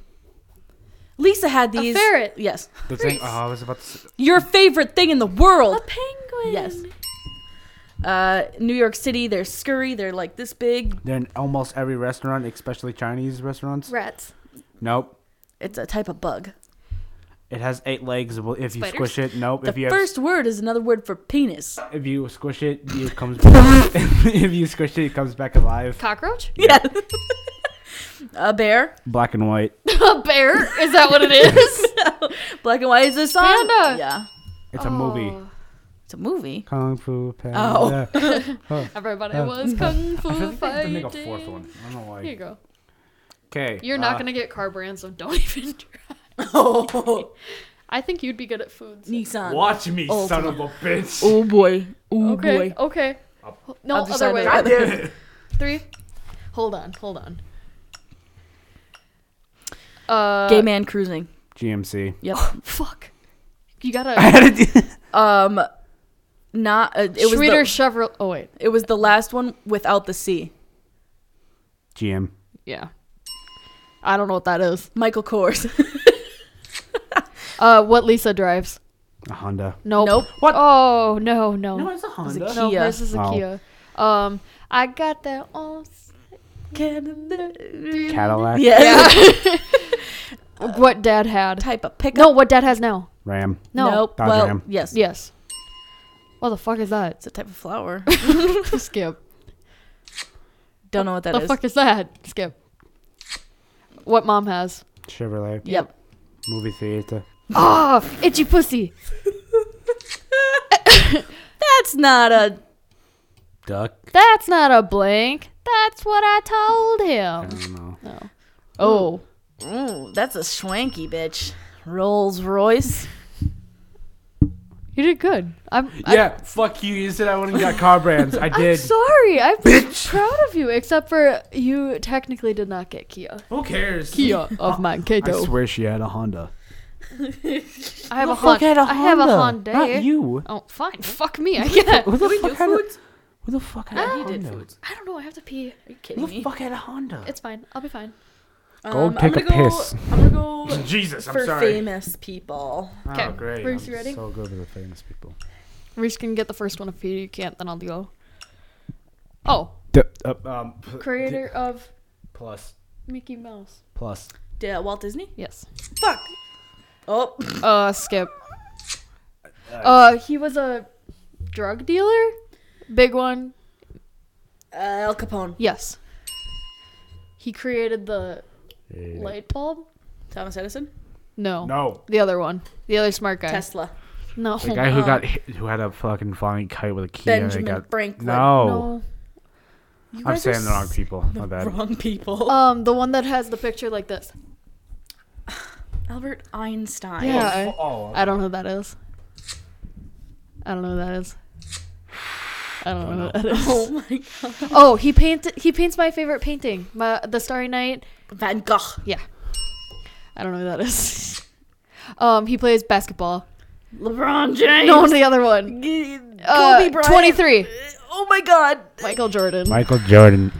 [SPEAKER 3] Lisa had these.
[SPEAKER 1] ferret.
[SPEAKER 3] Yes.
[SPEAKER 2] The thing. Oh, I was about to. Say,
[SPEAKER 3] Your favorite thing in the world.
[SPEAKER 1] Penguin.
[SPEAKER 3] Yes. Uh, New York City, they're scurry. They're like this big.
[SPEAKER 2] they're in almost every restaurant, especially Chinese restaurants.
[SPEAKER 1] Rats.
[SPEAKER 2] Nope.
[SPEAKER 3] It's a type of bug.
[SPEAKER 2] It has eight legs. Well, if you
[SPEAKER 1] Spiders?
[SPEAKER 2] squish it, nope.
[SPEAKER 3] The
[SPEAKER 2] if you have-
[SPEAKER 3] first word is another word for penis.
[SPEAKER 2] if you squish it, it comes. back. if you squish it, it comes back alive.
[SPEAKER 1] Cockroach.
[SPEAKER 3] Yeah. a bear.
[SPEAKER 2] Black and white.
[SPEAKER 1] A bear. Is that what it is?
[SPEAKER 3] Black and white is a song.
[SPEAKER 1] Panda.
[SPEAKER 3] Yeah.
[SPEAKER 2] It's a movie.
[SPEAKER 3] It's a movie.
[SPEAKER 2] Kung Fu
[SPEAKER 3] Oh.
[SPEAKER 2] Panda.
[SPEAKER 1] Everybody was kung
[SPEAKER 2] Uh, I feel
[SPEAKER 1] fu
[SPEAKER 2] like I have to make a Uh, fourth
[SPEAKER 1] fighting.
[SPEAKER 2] one. I don't know
[SPEAKER 1] Here you
[SPEAKER 2] why.
[SPEAKER 1] go.
[SPEAKER 2] Okay.
[SPEAKER 1] You're not gonna get car brands, so don't even try.
[SPEAKER 3] Oh.
[SPEAKER 1] I think you'd be good at foods.
[SPEAKER 3] Nissan.
[SPEAKER 2] Watch me,
[SPEAKER 3] Ultima.
[SPEAKER 2] son of a bitch.
[SPEAKER 3] Oh boy. Oh
[SPEAKER 1] Okay.
[SPEAKER 3] boy.
[SPEAKER 1] Okay. No,
[SPEAKER 3] Other side
[SPEAKER 1] other
[SPEAKER 3] of
[SPEAKER 1] way.
[SPEAKER 3] the rabbit.
[SPEAKER 1] Three. Hold on. Hold on. Uh,
[SPEAKER 3] Gay man cruising.
[SPEAKER 2] GMC.
[SPEAKER 3] Yep.
[SPEAKER 1] Fuck. You gotta.
[SPEAKER 3] Um, not uh, it was
[SPEAKER 1] Schroeder
[SPEAKER 3] the,
[SPEAKER 1] Chevrolet. Oh wait.
[SPEAKER 3] it was the last one without the C.
[SPEAKER 2] GM.
[SPEAKER 1] Yeah. I don't know what that is.
[SPEAKER 3] Michael Kors.
[SPEAKER 1] Uh, what Lisa drives?
[SPEAKER 2] A Honda.
[SPEAKER 1] Nope.
[SPEAKER 3] Nope.
[SPEAKER 1] What? Oh no no. No,
[SPEAKER 2] it's a Honda.
[SPEAKER 3] Kia.
[SPEAKER 1] hers is a
[SPEAKER 2] Oh.
[SPEAKER 1] Kia. Um, I got that on.
[SPEAKER 2] Cadillac.
[SPEAKER 3] yeah.
[SPEAKER 1] What dad had.
[SPEAKER 3] Type of pickup.
[SPEAKER 1] No, what dad has now.
[SPEAKER 2] Ram.
[SPEAKER 1] No.
[SPEAKER 3] Nope.
[SPEAKER 2] Dodge
[SPEAKER 3] well,
[SPEAKER 2] Ram.
[SPEAKER 3] yes.
[SPEAKER 1] Yes. What the fuck is that?
[SPEAKER 3] It's a type of flower.
[SPEAKER 1] Skip.
[SPEAKER 3] Don't know what that
[SPEAKER 1] the
[SPEAKER 3] is.
[SPEAKER 1] fuck is that? Skip. What mom has.
[SPEAKER 2] Chevrolet.
[SPEAKER 3] Yep.
[SPEAKER 2] Movie theater.
[SPEAKER 1] Oh, itchy pussy.
[SPEAKER 3] That's not a.
[SPEAKER 7] Duck.
[SPEAKER 1] That's not a blank. That's what I told him.
[SPEAKER 7] I don't know.
[SPEAKER 1] Oh,
[SPEAKER 3] Ooh, that's a swanky bitch. Rolls Royce.
[SPEAKER 1] you did good. I'm,
[SPEAKER 2] yeah, fuck you. You said I wouldn't got car brands. I
[SPEAKER 1] I'm
[SPEAKER 2] did.
[SPEAKER 1] sorry. I'm proud of you, except for you technically did not get Kia.
[SPEAKER 2] Who cares?
[SPEAKER 1] Kia of
[SPEAKER 7] I
[SPEAKER 1] Mankato.
[SPEAKER 7] swear she had a Honda.
[SPEAKER 1] I, have a Honda.
[SPEAKER 7] had a
[SPEAKER 1] I have a
[SPEAKER 7] Honda,
[SPEAKER 1] Hyundai.
[SPEAKER 7] not you.
[SPEAKER 1] Oh, fine. Fuck me. I get.
[SPEAKER 7] Who the fuck had a, who the fuck had a Honda?
[SPEAKER 1] I don't know. I have to
[SPEAKER 3] Are
[SPEAKER 1] pee.
[SPEAKER 3] you
[SPEAKER 7] Who
[SPEAKER 3] kidding
[SPEAKER 7] the
[SPEAKER 3] me?
[SPEAKER 7] fuck had a Honda?
[SPEAKER 1] It's fine. I'll be fine.
[SPEAKER 2] Go take a piss.
[SPEAKER 3] I'm gonna go
[SPEAKER 2] Jesus, I'm
[SPEAKER 3] for
[SPEAKER 2] sorry.
[SPEAKER 3] famous people.
[SPEAKER 1] Okay.
[SPEAKER 2] Oh, great.
[SPEAKER 1] Bruce,
[SPEAKER 2] I'm
[SPEAKER 1] you ready?
[SPEAKER 2] So good with the famous people.
[SPEAKER 1] Reese can get the first one if you can't. Then I'll go. Oh,
[SPEAKER 2] um, p-
[SPEAKER 1] creator of
[SPEAKER 2] plus.
[SPEAKER 1] Mickey Mouse.
[SPEAKER 7] Plus.
[SPEAKER 3] Yeah, Walt Disney.
[SPEAKER 1] Yes.
[SPEAKER 3] Fuck. Oh,
[SPEAKER 1] Uh, skip. Uh, he was a drug dealer. Big one.
[SPEAKER 3] uh, Al Capone.
[SPEAKER 1] Yes. He created the light bulb.
[SPEAKER 3] Thomas Edison.
[SPEAKER 1] No.
[SPEAKER 2] No.
[SPEAKER 1] The other one. The other smart guy.
[SPEAKER 3] Tesla.
[SPEAKER 1] No.
[SPEAKER 2] The guy who got hit, who had a fucking flying kite with a key
[SPEAKER 3] Benjamin
[SPEAKER 2] and it got
[SPEAKER 3] Franklin.
[SPEAKER 2] No,
[SPEAKER 1] No.
[SPEAKER 3] You
[SPEAKER 2] I'm
[SPEAKER 3] guys
[SPEAKER 2] saying
[SPEAKER 3] are
[SPEAKER 2] the wrong people. My bad.
[SPEAKER 3] Wrong people.
[SPEAKER 1] Um, the one that has the picture like this.
[SPEAKER 3] Albert Einstein.
[SPEAKER 1] Yeah. I,
[SPEAKER 2] Oh,
[SPEAKER 1] I don't know who that is. I don't know who that is. I don't know who that is.
[SPEAKER 3] Oh my god.
[SPEAKER 1] Oh, he painted. He paints my favorite painting, my The Starry Night.
[SPEAKER 3] Van Gogh.
[SPEAKER 1] I don't know who that is. um, he plays basketball.
[SPEAKER 3] LeBron James.
[SPEAKER 1] No, the other one.
[SPEAKER 3] G-
[SPEAKER 1] Uh,
[SPEAKER 3] Kobe Bryant.
[SPEAKER 1] Twenty-three.
[SPEAKER 3] Oh my god.
[SPEAKER 1] Michael Jordan.
[SPEAKER 2] Michael Jordan.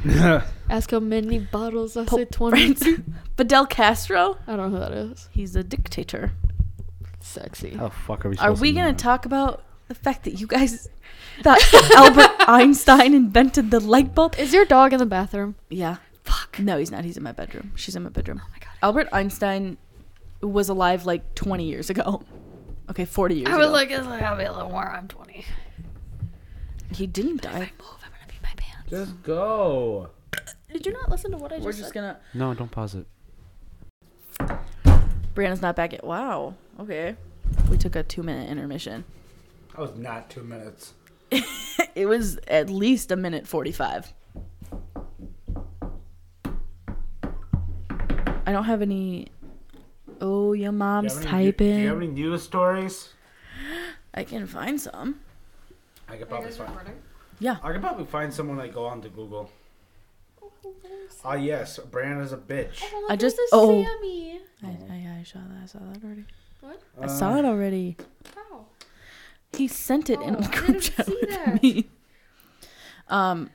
[SPEAKER 1] Ask how many bottles. I
[SPEAKER 3] Pope
[SPEAKER 1] said twenty.
[SPEAKER 3] Francis. Fidel Castro.
[SPEAKER 1] I don't know who that is.
[SPEAKER 3] He's a dictator.
[SPEAKER 1] Sexy.
[SPEAKER 2] How the fuck are we?
[SPEAKER 3] Are
[SPEAKER 2] supposed
[SPEAKER 3] we
[SPEAKER 2] to know
[SPEAKER 3] gonna
[SPEAKER 2] that?
[SPEAKER 3] talk about the fact that you guys thought Albert Einstein invented the light bulb?
[SPEAKER 1] Is your dog in the bathroom?
[SPEAKER 3] Yeah. Fuck. No, he's not. He's in my bedroom. She's in my bedroom. Oh my god. Albert Einstein was alive like 20 years ago. Okay, 40 years ago.
[SPEAKER 1] it's like I'll be a little more. I'm twenty.
[SPEAKER 3] he didn't die.
[SPEAKER 1] Move. I'm gonna be my pants.
[SPEAKER 2] Just go.
[SPEAKER 1] Did you not listen to what I just
[SPEAKER 3] We're
[SPEAKER 1] said?
[SPEAKER 3] just gonna.
[SPEAKER 7] No, don't pause it.
[SPEAKER 3] Brianna's not back yet. Wow. Okay. We took a two minute intermission.
[SPEAKER 2] That was not two minutes.
[SPEAKER 3] It was at least a minute 45. I don't have any. Oh, your mom's typing.
[SPEAKER 2] any news stories?
[SPEAKER 3] I can find some.
[SPEAKER 2] I could probably find.
[SPEAKER 3] Yeah.
[SPEAKER 2] I could probably find someone I go on to Google. Ah yes, Brianna's a bitch.
[SPEAKER 3] I just. Oh. I,
[SPEAKER 2] Oh.
[SPEAKER 3] I, I saw that. I saw that already. What? I saw
[SPEAKER 2] Uh.
[SPEAKER 3] it already. He sent it in a group chat with me. Um,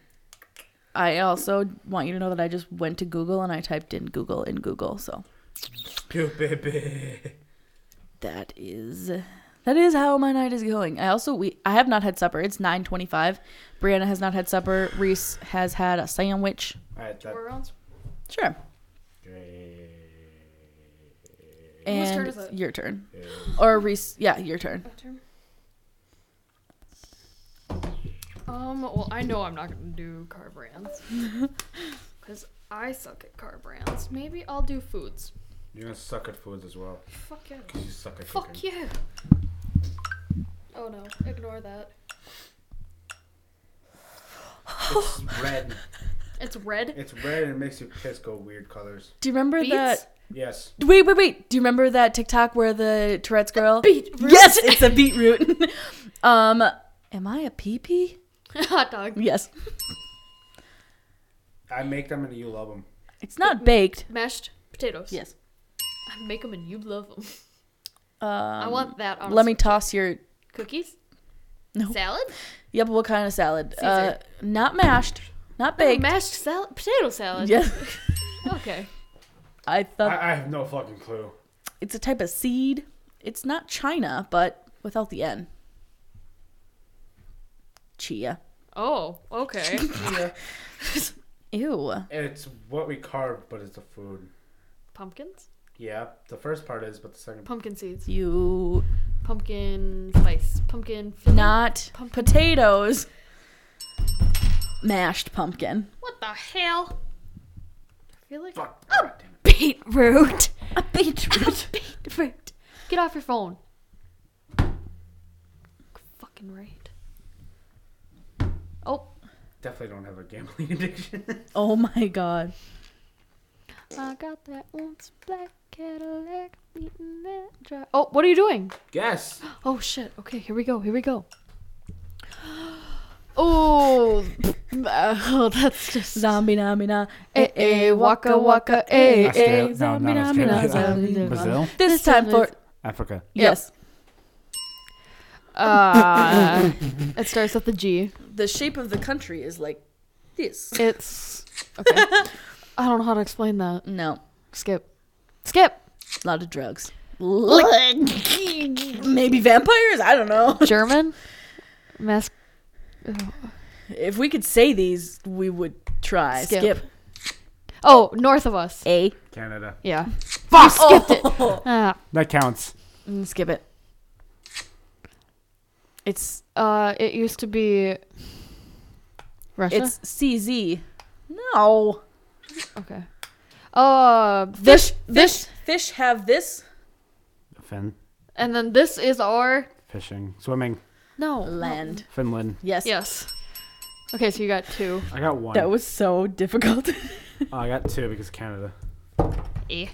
[SPEAKER 3] I also want you to know that I just went to Google and I typed in Google in Google. So
[SPEAKER 2] Pew, baby.
[SPEAKER 3] that is that is how my night is going. I also we I have not had supper. It's nine twenty five. Brianna has not had supper. Reese has had a sandwich.
[SPEAKER 2] All right, that.
[SPEAKER 3] Sure. And your turn, or Reese? Yeah, your turn.
[SPEAKER 1] Um, well, I know I'm not gonna do car brands because I suck at car brands. Maybe I'll do foods.
[SPEAKER 2] You're gonna suck at foods as well.
[SPEAKER 1] Fuck yeah.
[SPEAKER 2] You suck at
[SPEAKER 1] Fuck
[SPEAKER 2] cooking.
[SPEAKER 1] you. Oh no, ignore that.
[SPEAKER 2] It's red.
[SPEAKER 1] It's red.
[SPEAKER 2] It's red and it makes your piss go weird colors.
[SPEAKER 3] Do you remember
[SPEAKER 1] Beets?
[SPEAKER 3] that?
[SPEAKER 2] Yes.
[SPEAKER 3] Wait, wait, wait. Do you remember that TikTok where the Tourette's girl?
[SPEAKER 1] Beetroot.
[SPEAKER 3] Yes, it's a beetroot. um, am I a pee pee?
[SPEAKER 1] Hot dog.
[SPEAKER 3] Yes.
[SPEAKER 2] I make them and you love them.
[SPEAKER 3] It's not baked.
[SPEAKER 1] Mashed potatoes.
[SPEAKER 3] Yes.
[SPEAKER 1] I make them and you love them.
[SPEAKER 3] Um,
[SPEAKER 1] I want that. On a
[SPEAKER 3] Let me
[SPEAKER 1] sw-
[SPEAKER 3] toss your.
[SPEAKER 1] cookies.
[SPEAKER 3] No.
[SPEAKER 1] Salad.
[SPEAKER 3] Yep. What kind of salad? Uh,
[SPEAKER 1] Caesar.
[SPEAKER 3] not mashed. Not
[SPEAKER 1] Oh,
[SPEAKER 3] baked.
[SPEAKER 1] mashed salad. Potato salad.
[SPEAKER 3] yes.
[SPEAKER 1] Okay.
[SPEAKER 3] I thought
[SPEAKER 2] I, I have no fucking clue.
[SPEAKER 3] it's a type of seed. It's not China, but without the N. Chia.
[SPEAKER 1] Oh. Okay.
[SPEAKER 3] Ew.
[SPEAKER 2] It's what we carved, but it's a food.
[SPEAKER 1] Pumpkins.
[SPEAKER 2] Yeah, the first part is, but the second.
[SPEAKER 1] Pumpkin seeds.
[SPEAKER 3] You
[SPEAKER 1] pumpkin spice, pumpkin. filling.
[SPEAKER 3] Not
[SPEAKER 1] Pumpkin.
[SPEAKER 3] potatoes. Mashed pumpkin.
[SPEAKER 1] What the hell? I feel like
[SPEAKER 3] Beetroot. A beetroot.
[SPEAKER 1] Fruit. Get off your phone. Fucking right. Oh.
[SPEAKER 7] Definitely don't have a gambling addiction.
[SPEAKER 3] oh my god.
[SPEAKER 1] I got that once black Cadillac beating that dry. Oh, what are you doing?
[SPEAKER 7] Guess.
[SPEAKER 1] Oh shit. Okay, here we go. Here we go. Oh, oh that's just
[SPEAKER 3] Zombie na mi na.
[SPEAKER 1] Eh, eh, waka waka eh eh.
[SPEAKER 2] Australia- no, not Australia. Brazil,
[SPEAKER 3] This time for
[SPEAKER 2] Africa.
[SPEAKER 3] yes.
[SPEAKER 1] Uh, it starts with the G.
[SPEAKER 3] The shape of the country is like this.
[SPEAKER 1] It's okay. I don't know how to explain that.
[SPEAKER 3] No,
[SPEAKER 1] Skip. Skip.
[SPEAKER 3] a lot of drugs. Maybe vampires. I don't know.
[SPEAKER 1] German. Mas-
[SPEAKER 3] If we could say these, we would try.
[SPEAKER 1] Skip.
[SPEAKER 3] Skip.
[SPEAKER 1] Oh, north of us.
[SPEAKER 3] A. Oh.
[SPEAKER 7] Canada.
[SPEAKER 1] Yeah. Fuck. Skipped it. Ah,
[SPEAKER 2] That counts.
[SPEAKER 3] Mm, Skip it. It's
[SPEAKER 1] uh, it used to be Russia.
[SPEAKER 3] it's CZ. No.
[SPEAKER 1] okay. Uh,
[SPEAKER 3] Fish,
[SPEAKER 1] this,
[SPEAKER 3] fish,
[SPEAKER 1] this,
[SPEAKER 3] fish have this
[SPEAKER 2] Fin,
[SPEAKER 1] and then this is our
[SPEAKER 2] fishing, swimming,
[SPEAKER 1] no no.
[SPEAKER 3] land.
[SPEAKER 2] Finland.
[SPEAKER 3] Yes.
[SPEAKER 1] Yes. Okay, so you got two.
[SPEAKER 2] I got one.
[SPEAKER 3] That was so difficult.
[SPEAKER 2] Oh, I got two because Canada.
[SPEAKER 1] Eh.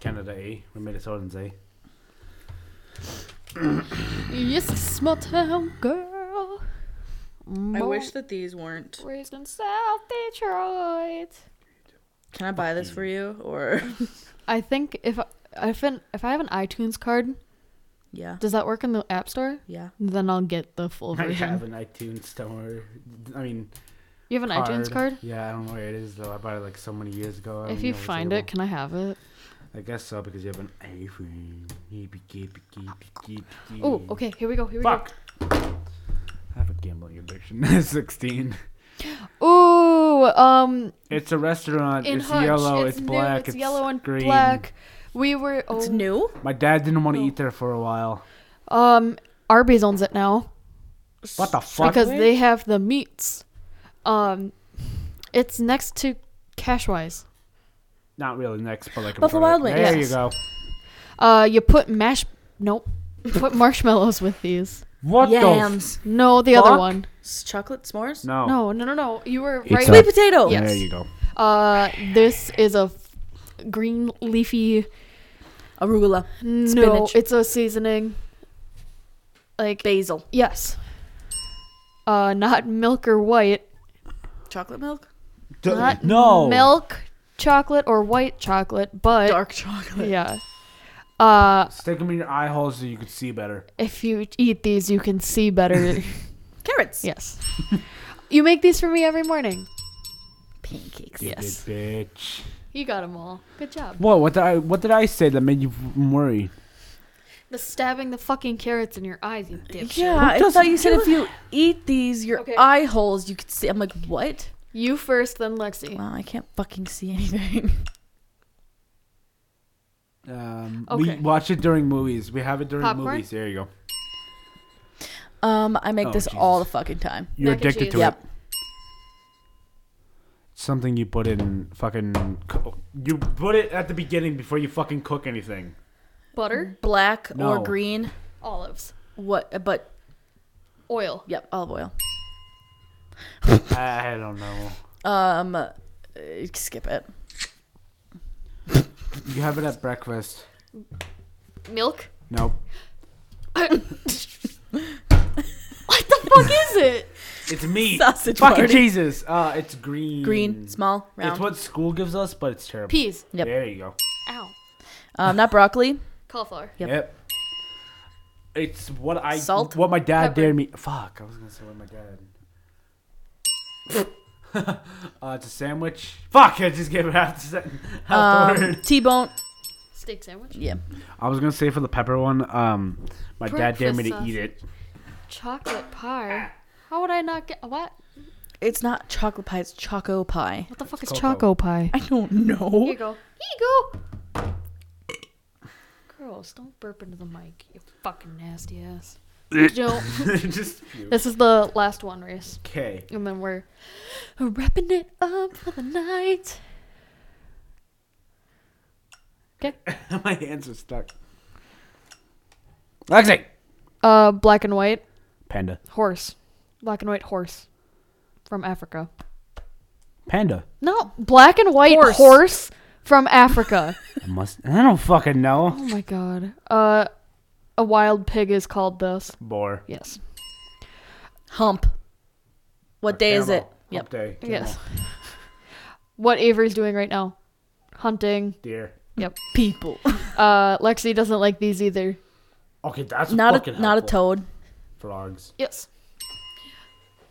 [SPEAKER 2] Canada A. We made it so it's A.
[SPEAKER 1] Yes, small town girl.
[SPEAKER 3] I wish that these weren't.
[SPEAKER 1] raised in South Detroit.
[SPEAKER 3] Can I buy this for you or?
[SPEAKER 1] I think if I, if an, if I have an iTunes card,
[SPEAKER 3] Yeah.
[SPEAKER 1] does that work in the App Store?
[SPEAKER 3] Yeah.
[SPEAKER 1] Then I'll get the full
[SPEAKER 2] I
[SPEAKER 1] version.
[SPEAKER 2] have an iTunes store. I mean,
[SPEAKER 1] You have an iTunes card?
[SPEAKER 2] Yeah, I don't know where it is though. I bought it like so many years ago. I don't
[SPEAKER 1] If you
[SPEAKER 2] know what's
[SPEAKER 1] find it,
[SPEAKER 2] available.
[SPEAKER 1] can I have it?
[SPEAKER 2] I guess so because you have an iPhone. Yippee, yippee, yippee, yippee,
[SPEAKER 1] Oh,
[SPEAKER 2] yippee.
[SPEAKER 1] okay. Here we go. Here we
[SPEAKER 2] Fuck. I have a gambling addiction. Sixteen.
[SPEAKER 1] go. Ooh, um,
[SPEAKER 2] It's a restaurant.
[SPEAKER 1] in
[SPEAKER 2] it's
[SPEAKER 1] Hutch,
[SPEAKER 2] yellow. It's,
[SPEAKER 1] it's, new,
[SPEAKER 2] black.
[SPEAKER 1] it's, yellow and
[SPEAKER 2] green.
[SPEAKER 1] black. We were oh,
[SPEAKER 3] It's new.
[SPEAKER 2] My dad didn't want to eat there for a while.
[SPEAKER 1] um, Arby's owns it now
[SPEAKER 2] What the fuck?
[SPEAKER 1] because they have the meats. Um, it's next to Cashwise.
[SPEAKER 2] Not really next, but like a
[SPEAKER 3] Buffalo
[SPEAKER 2] part of
[SPEAKER 3] Wild
[SPEAKER 2] it.
[SPEAKER 3] Wings.
[SPEAKER 2] There
[SPEAKER 1] Yes.
[SPEAKER 2] you go.
[SPEAKER 1] Uh, you put mash. Nope. You put marshmallows with these.
[SPEAKER 2] What the? F-
[SPEAKER 3] Yams.
[SPEAKER 1] No, the other
[SPEAKER 2] Fuck.
[SPEAKER 1] one.
[SPEAKER 3] S- Chocolate s'mores.
[SPEAKER 2] no.
[SPEAKER 1] No, no, no, no. You were
[SPEAKER 2] It's
[SPEAKER 1] right.
[SPEAKER 2] a-
[SPEAKER 3] Sweet potato.
[SPEAKER 1] Yeah.
[SPEAKER 2] There
[SPEAKER 1] Yes.
[SPEAKER 2] you go.
[SPEAKER 1] Uh, this is a f- green leafy.
[SPEAKER 3] Arugula.
[SPEAKER 1] No,
[SPEAKER 3] Spinach.
[SPEAKER 1] it's a seasoning. Like
[SPEAKER 3] Basil.
[SPEAKER 1] Yes. Uh, not milk or white.
[SPEAKER 3] Chocolate milk.
[SPEAKER 1] Not
[SPEAKER 2] no.
[SPEAKER 1] Milk, chocolate, or white chocolate, but
[SPEAKER 3] Dark chocolate.
[SPEAKER 1] yeah. Uh,
[SPEAKER 2] Stick them in your eye holes so you can see better.
[SPEAKER 1] if you eat these, you can see better.
[SPEAKER 3] Carrots.
[SPEAKER 1] yes. You make these for me every morning.
[SPEAKER 3] Pancakes.
[SPEAKER 1] Yes.
[SPEAKER 2] Bitch.
[SPEAKER 1] You got them all. Good job.
[SPEAKER 2] What? What did I? What did I say that made you worry?
[SPEAKER 1] The stabbing the fucking carrots in your eyes, you dipshit.
[SPEAKER 3] Yeah, I thought you said if you eat these, your
[SPEAKER 1] Okay.
[SPEAKER 3] eye holes you could see. I'm like, what?
[SPEAKER 1] You first, then Lexi.
[SPEAKER 3] Wow, I can't fucking see anything.
[SPEAKER 2] Um,
[SPEAKER 1] Okay.
[SPEAKER 2] We watch it during movies. We have it during
[SPEAKER 1] Popcorn?
[SPEAKER 2] movies. There you go.
[SPEAKER 3] Um, I make
[SPEAKER 2] Oh,
[SPEAKER 3] this
[SPEAKER 2] Jesus.
[SPEAKER 3] all the fucking time.
[SPEAKER 2] You're
[SPEAKER 1] Mac and
[SPEAKER 2] addicted to
[SPEAKER 1] cheese.
[SPEAKER 2] it. Something you put in fucking. co- You put it at the beginning before you fucking cook anything.
[SPEAKER 1] Butter,
[SPEAKER 3] Black
[SPEAKER 2] No.
[SPEAKER 3] or green?
[SPEAKER 1] olives,
[SPEAKER 3] What? But
[SPEAKER 1] oil.
[SPEAKER 3] yep, olive oil.
[SPEAKER 2] I don't know.
[SPEAKER 3] Um, uh, skip it.
[SPEAKER 2] You have it at breakfast.
[SPEAKER 1] Milk?
[SPEAKER 2] Nope.
[SPEAKER 1] What the fuck is it?
[SPEAKER 2] It's meat.
[SPEAKER 3] Sausage
[SPEAKER 2] fucking
[SPEAKER 3] party.
[SPEAKER 2] cheeses. Uh, it's green.
[SPEAKER 3] Green, small,
[SPEAKER 2] Mm. It's
[SPEAKER 3] round.
[SPEAKER 2] what school gives us, but it's terrible.
[SPEAKER 1] Peas.
[SPEAKER 3] Yep.
[SPEAKER 2] There you go.
[SPEAKER 1] Ow.
[SPEAKER 3] um, not broccoli.
[SPEAKER 1] Cauliflower.
[SPEAKER 3] Yep.
[SPEAKER 2] Yep. It's what I
[SPEAKER 3] Salt?
[SPEAKER 2] What my dad
[SPEAKER 1] Pepper.
[SPEAKER 2] dared me. Fuck, I was gonna say what my dad. uh, it's a sandwich. Fuck, I just gave it half the, sen- half
[SPEAKER 3] Um,
[SPEAKER 2] the word.
[SPEAKER 3] T-bone.
[SPEAKER 1] Steak sandwich.
[SPEAKER 3] Yeah.
[SPEAKER 2] I was gonna say for the pepper one. Um, my dad dared me to
[SPEAKER 1] Breakfast
[SPEAKER 2] eat it.
[SPEAKER 1] Chocolate pie. How would I not get what?
[SPEAKER 3] It's not chocolate pie. It's choco pie.
[SPEAKER 1] What the fuck is
[SPEAKER 2] Cocoa.
[SPEAKER 1] choco pie?
[SPEAKER 3] I don't
[SPEAKER 1] Here
[SPEAKER 3] know.
[SPEAKER 1] you go. Here you go. Girl,
[SPEAKER 9] gross. Don't burp into the mic, you fucking nasty ass. Joe,
[SPEAKER 2] Just
[SPEAKER 9] this is the last one race.
[SPEAKER 2] okay.
[SPEAKER 9] And then we're wrapping it up for the night. Okay.
[SPEAKER 2] My hands are stuck. Lexi.
[SPEAKER 9] Uh, black and white
[SPEAKER 1] Panda.
[SPEAKER 9] horse. Black and white horse from Africa.
[SPEAKER 1] Panda.
[SPEAKER 9] No, black and white horse, from Africa.
[SPEAKER 1] I must. I don't fucking know.
[SPEAKER 9] oh my god. Uh, a wild pig is called thus.
[SPEAKER 2] Boar.
[SPEAKER 9] Yes.
[SPEAKER 3] Hump. What day is it?
[SPEAKER 2] Camel.
[SPEAKER 3] Yep.
[SPEAKER 2] Hump day.
[SPEAKER 9] Yes. What Avery's doing right now? Hunting.
[SPEAKER 2] Deer.
[SPEAKER 9] Yep.
[SPEAKER 3] People.
[SPEAKER 9] Uh, Lexi doesn't like these either.
[SPEAKER 2] Okay, that's
[SPEAKER 3] Not a
[SPEAKER 2] fucking
[SPEAKER 3] not a
[SPEAKER 2] helpful.
[SPEAKER 3] toad.
[SPEAKER 2] Frogs.
[SPEAKER 9] Yes.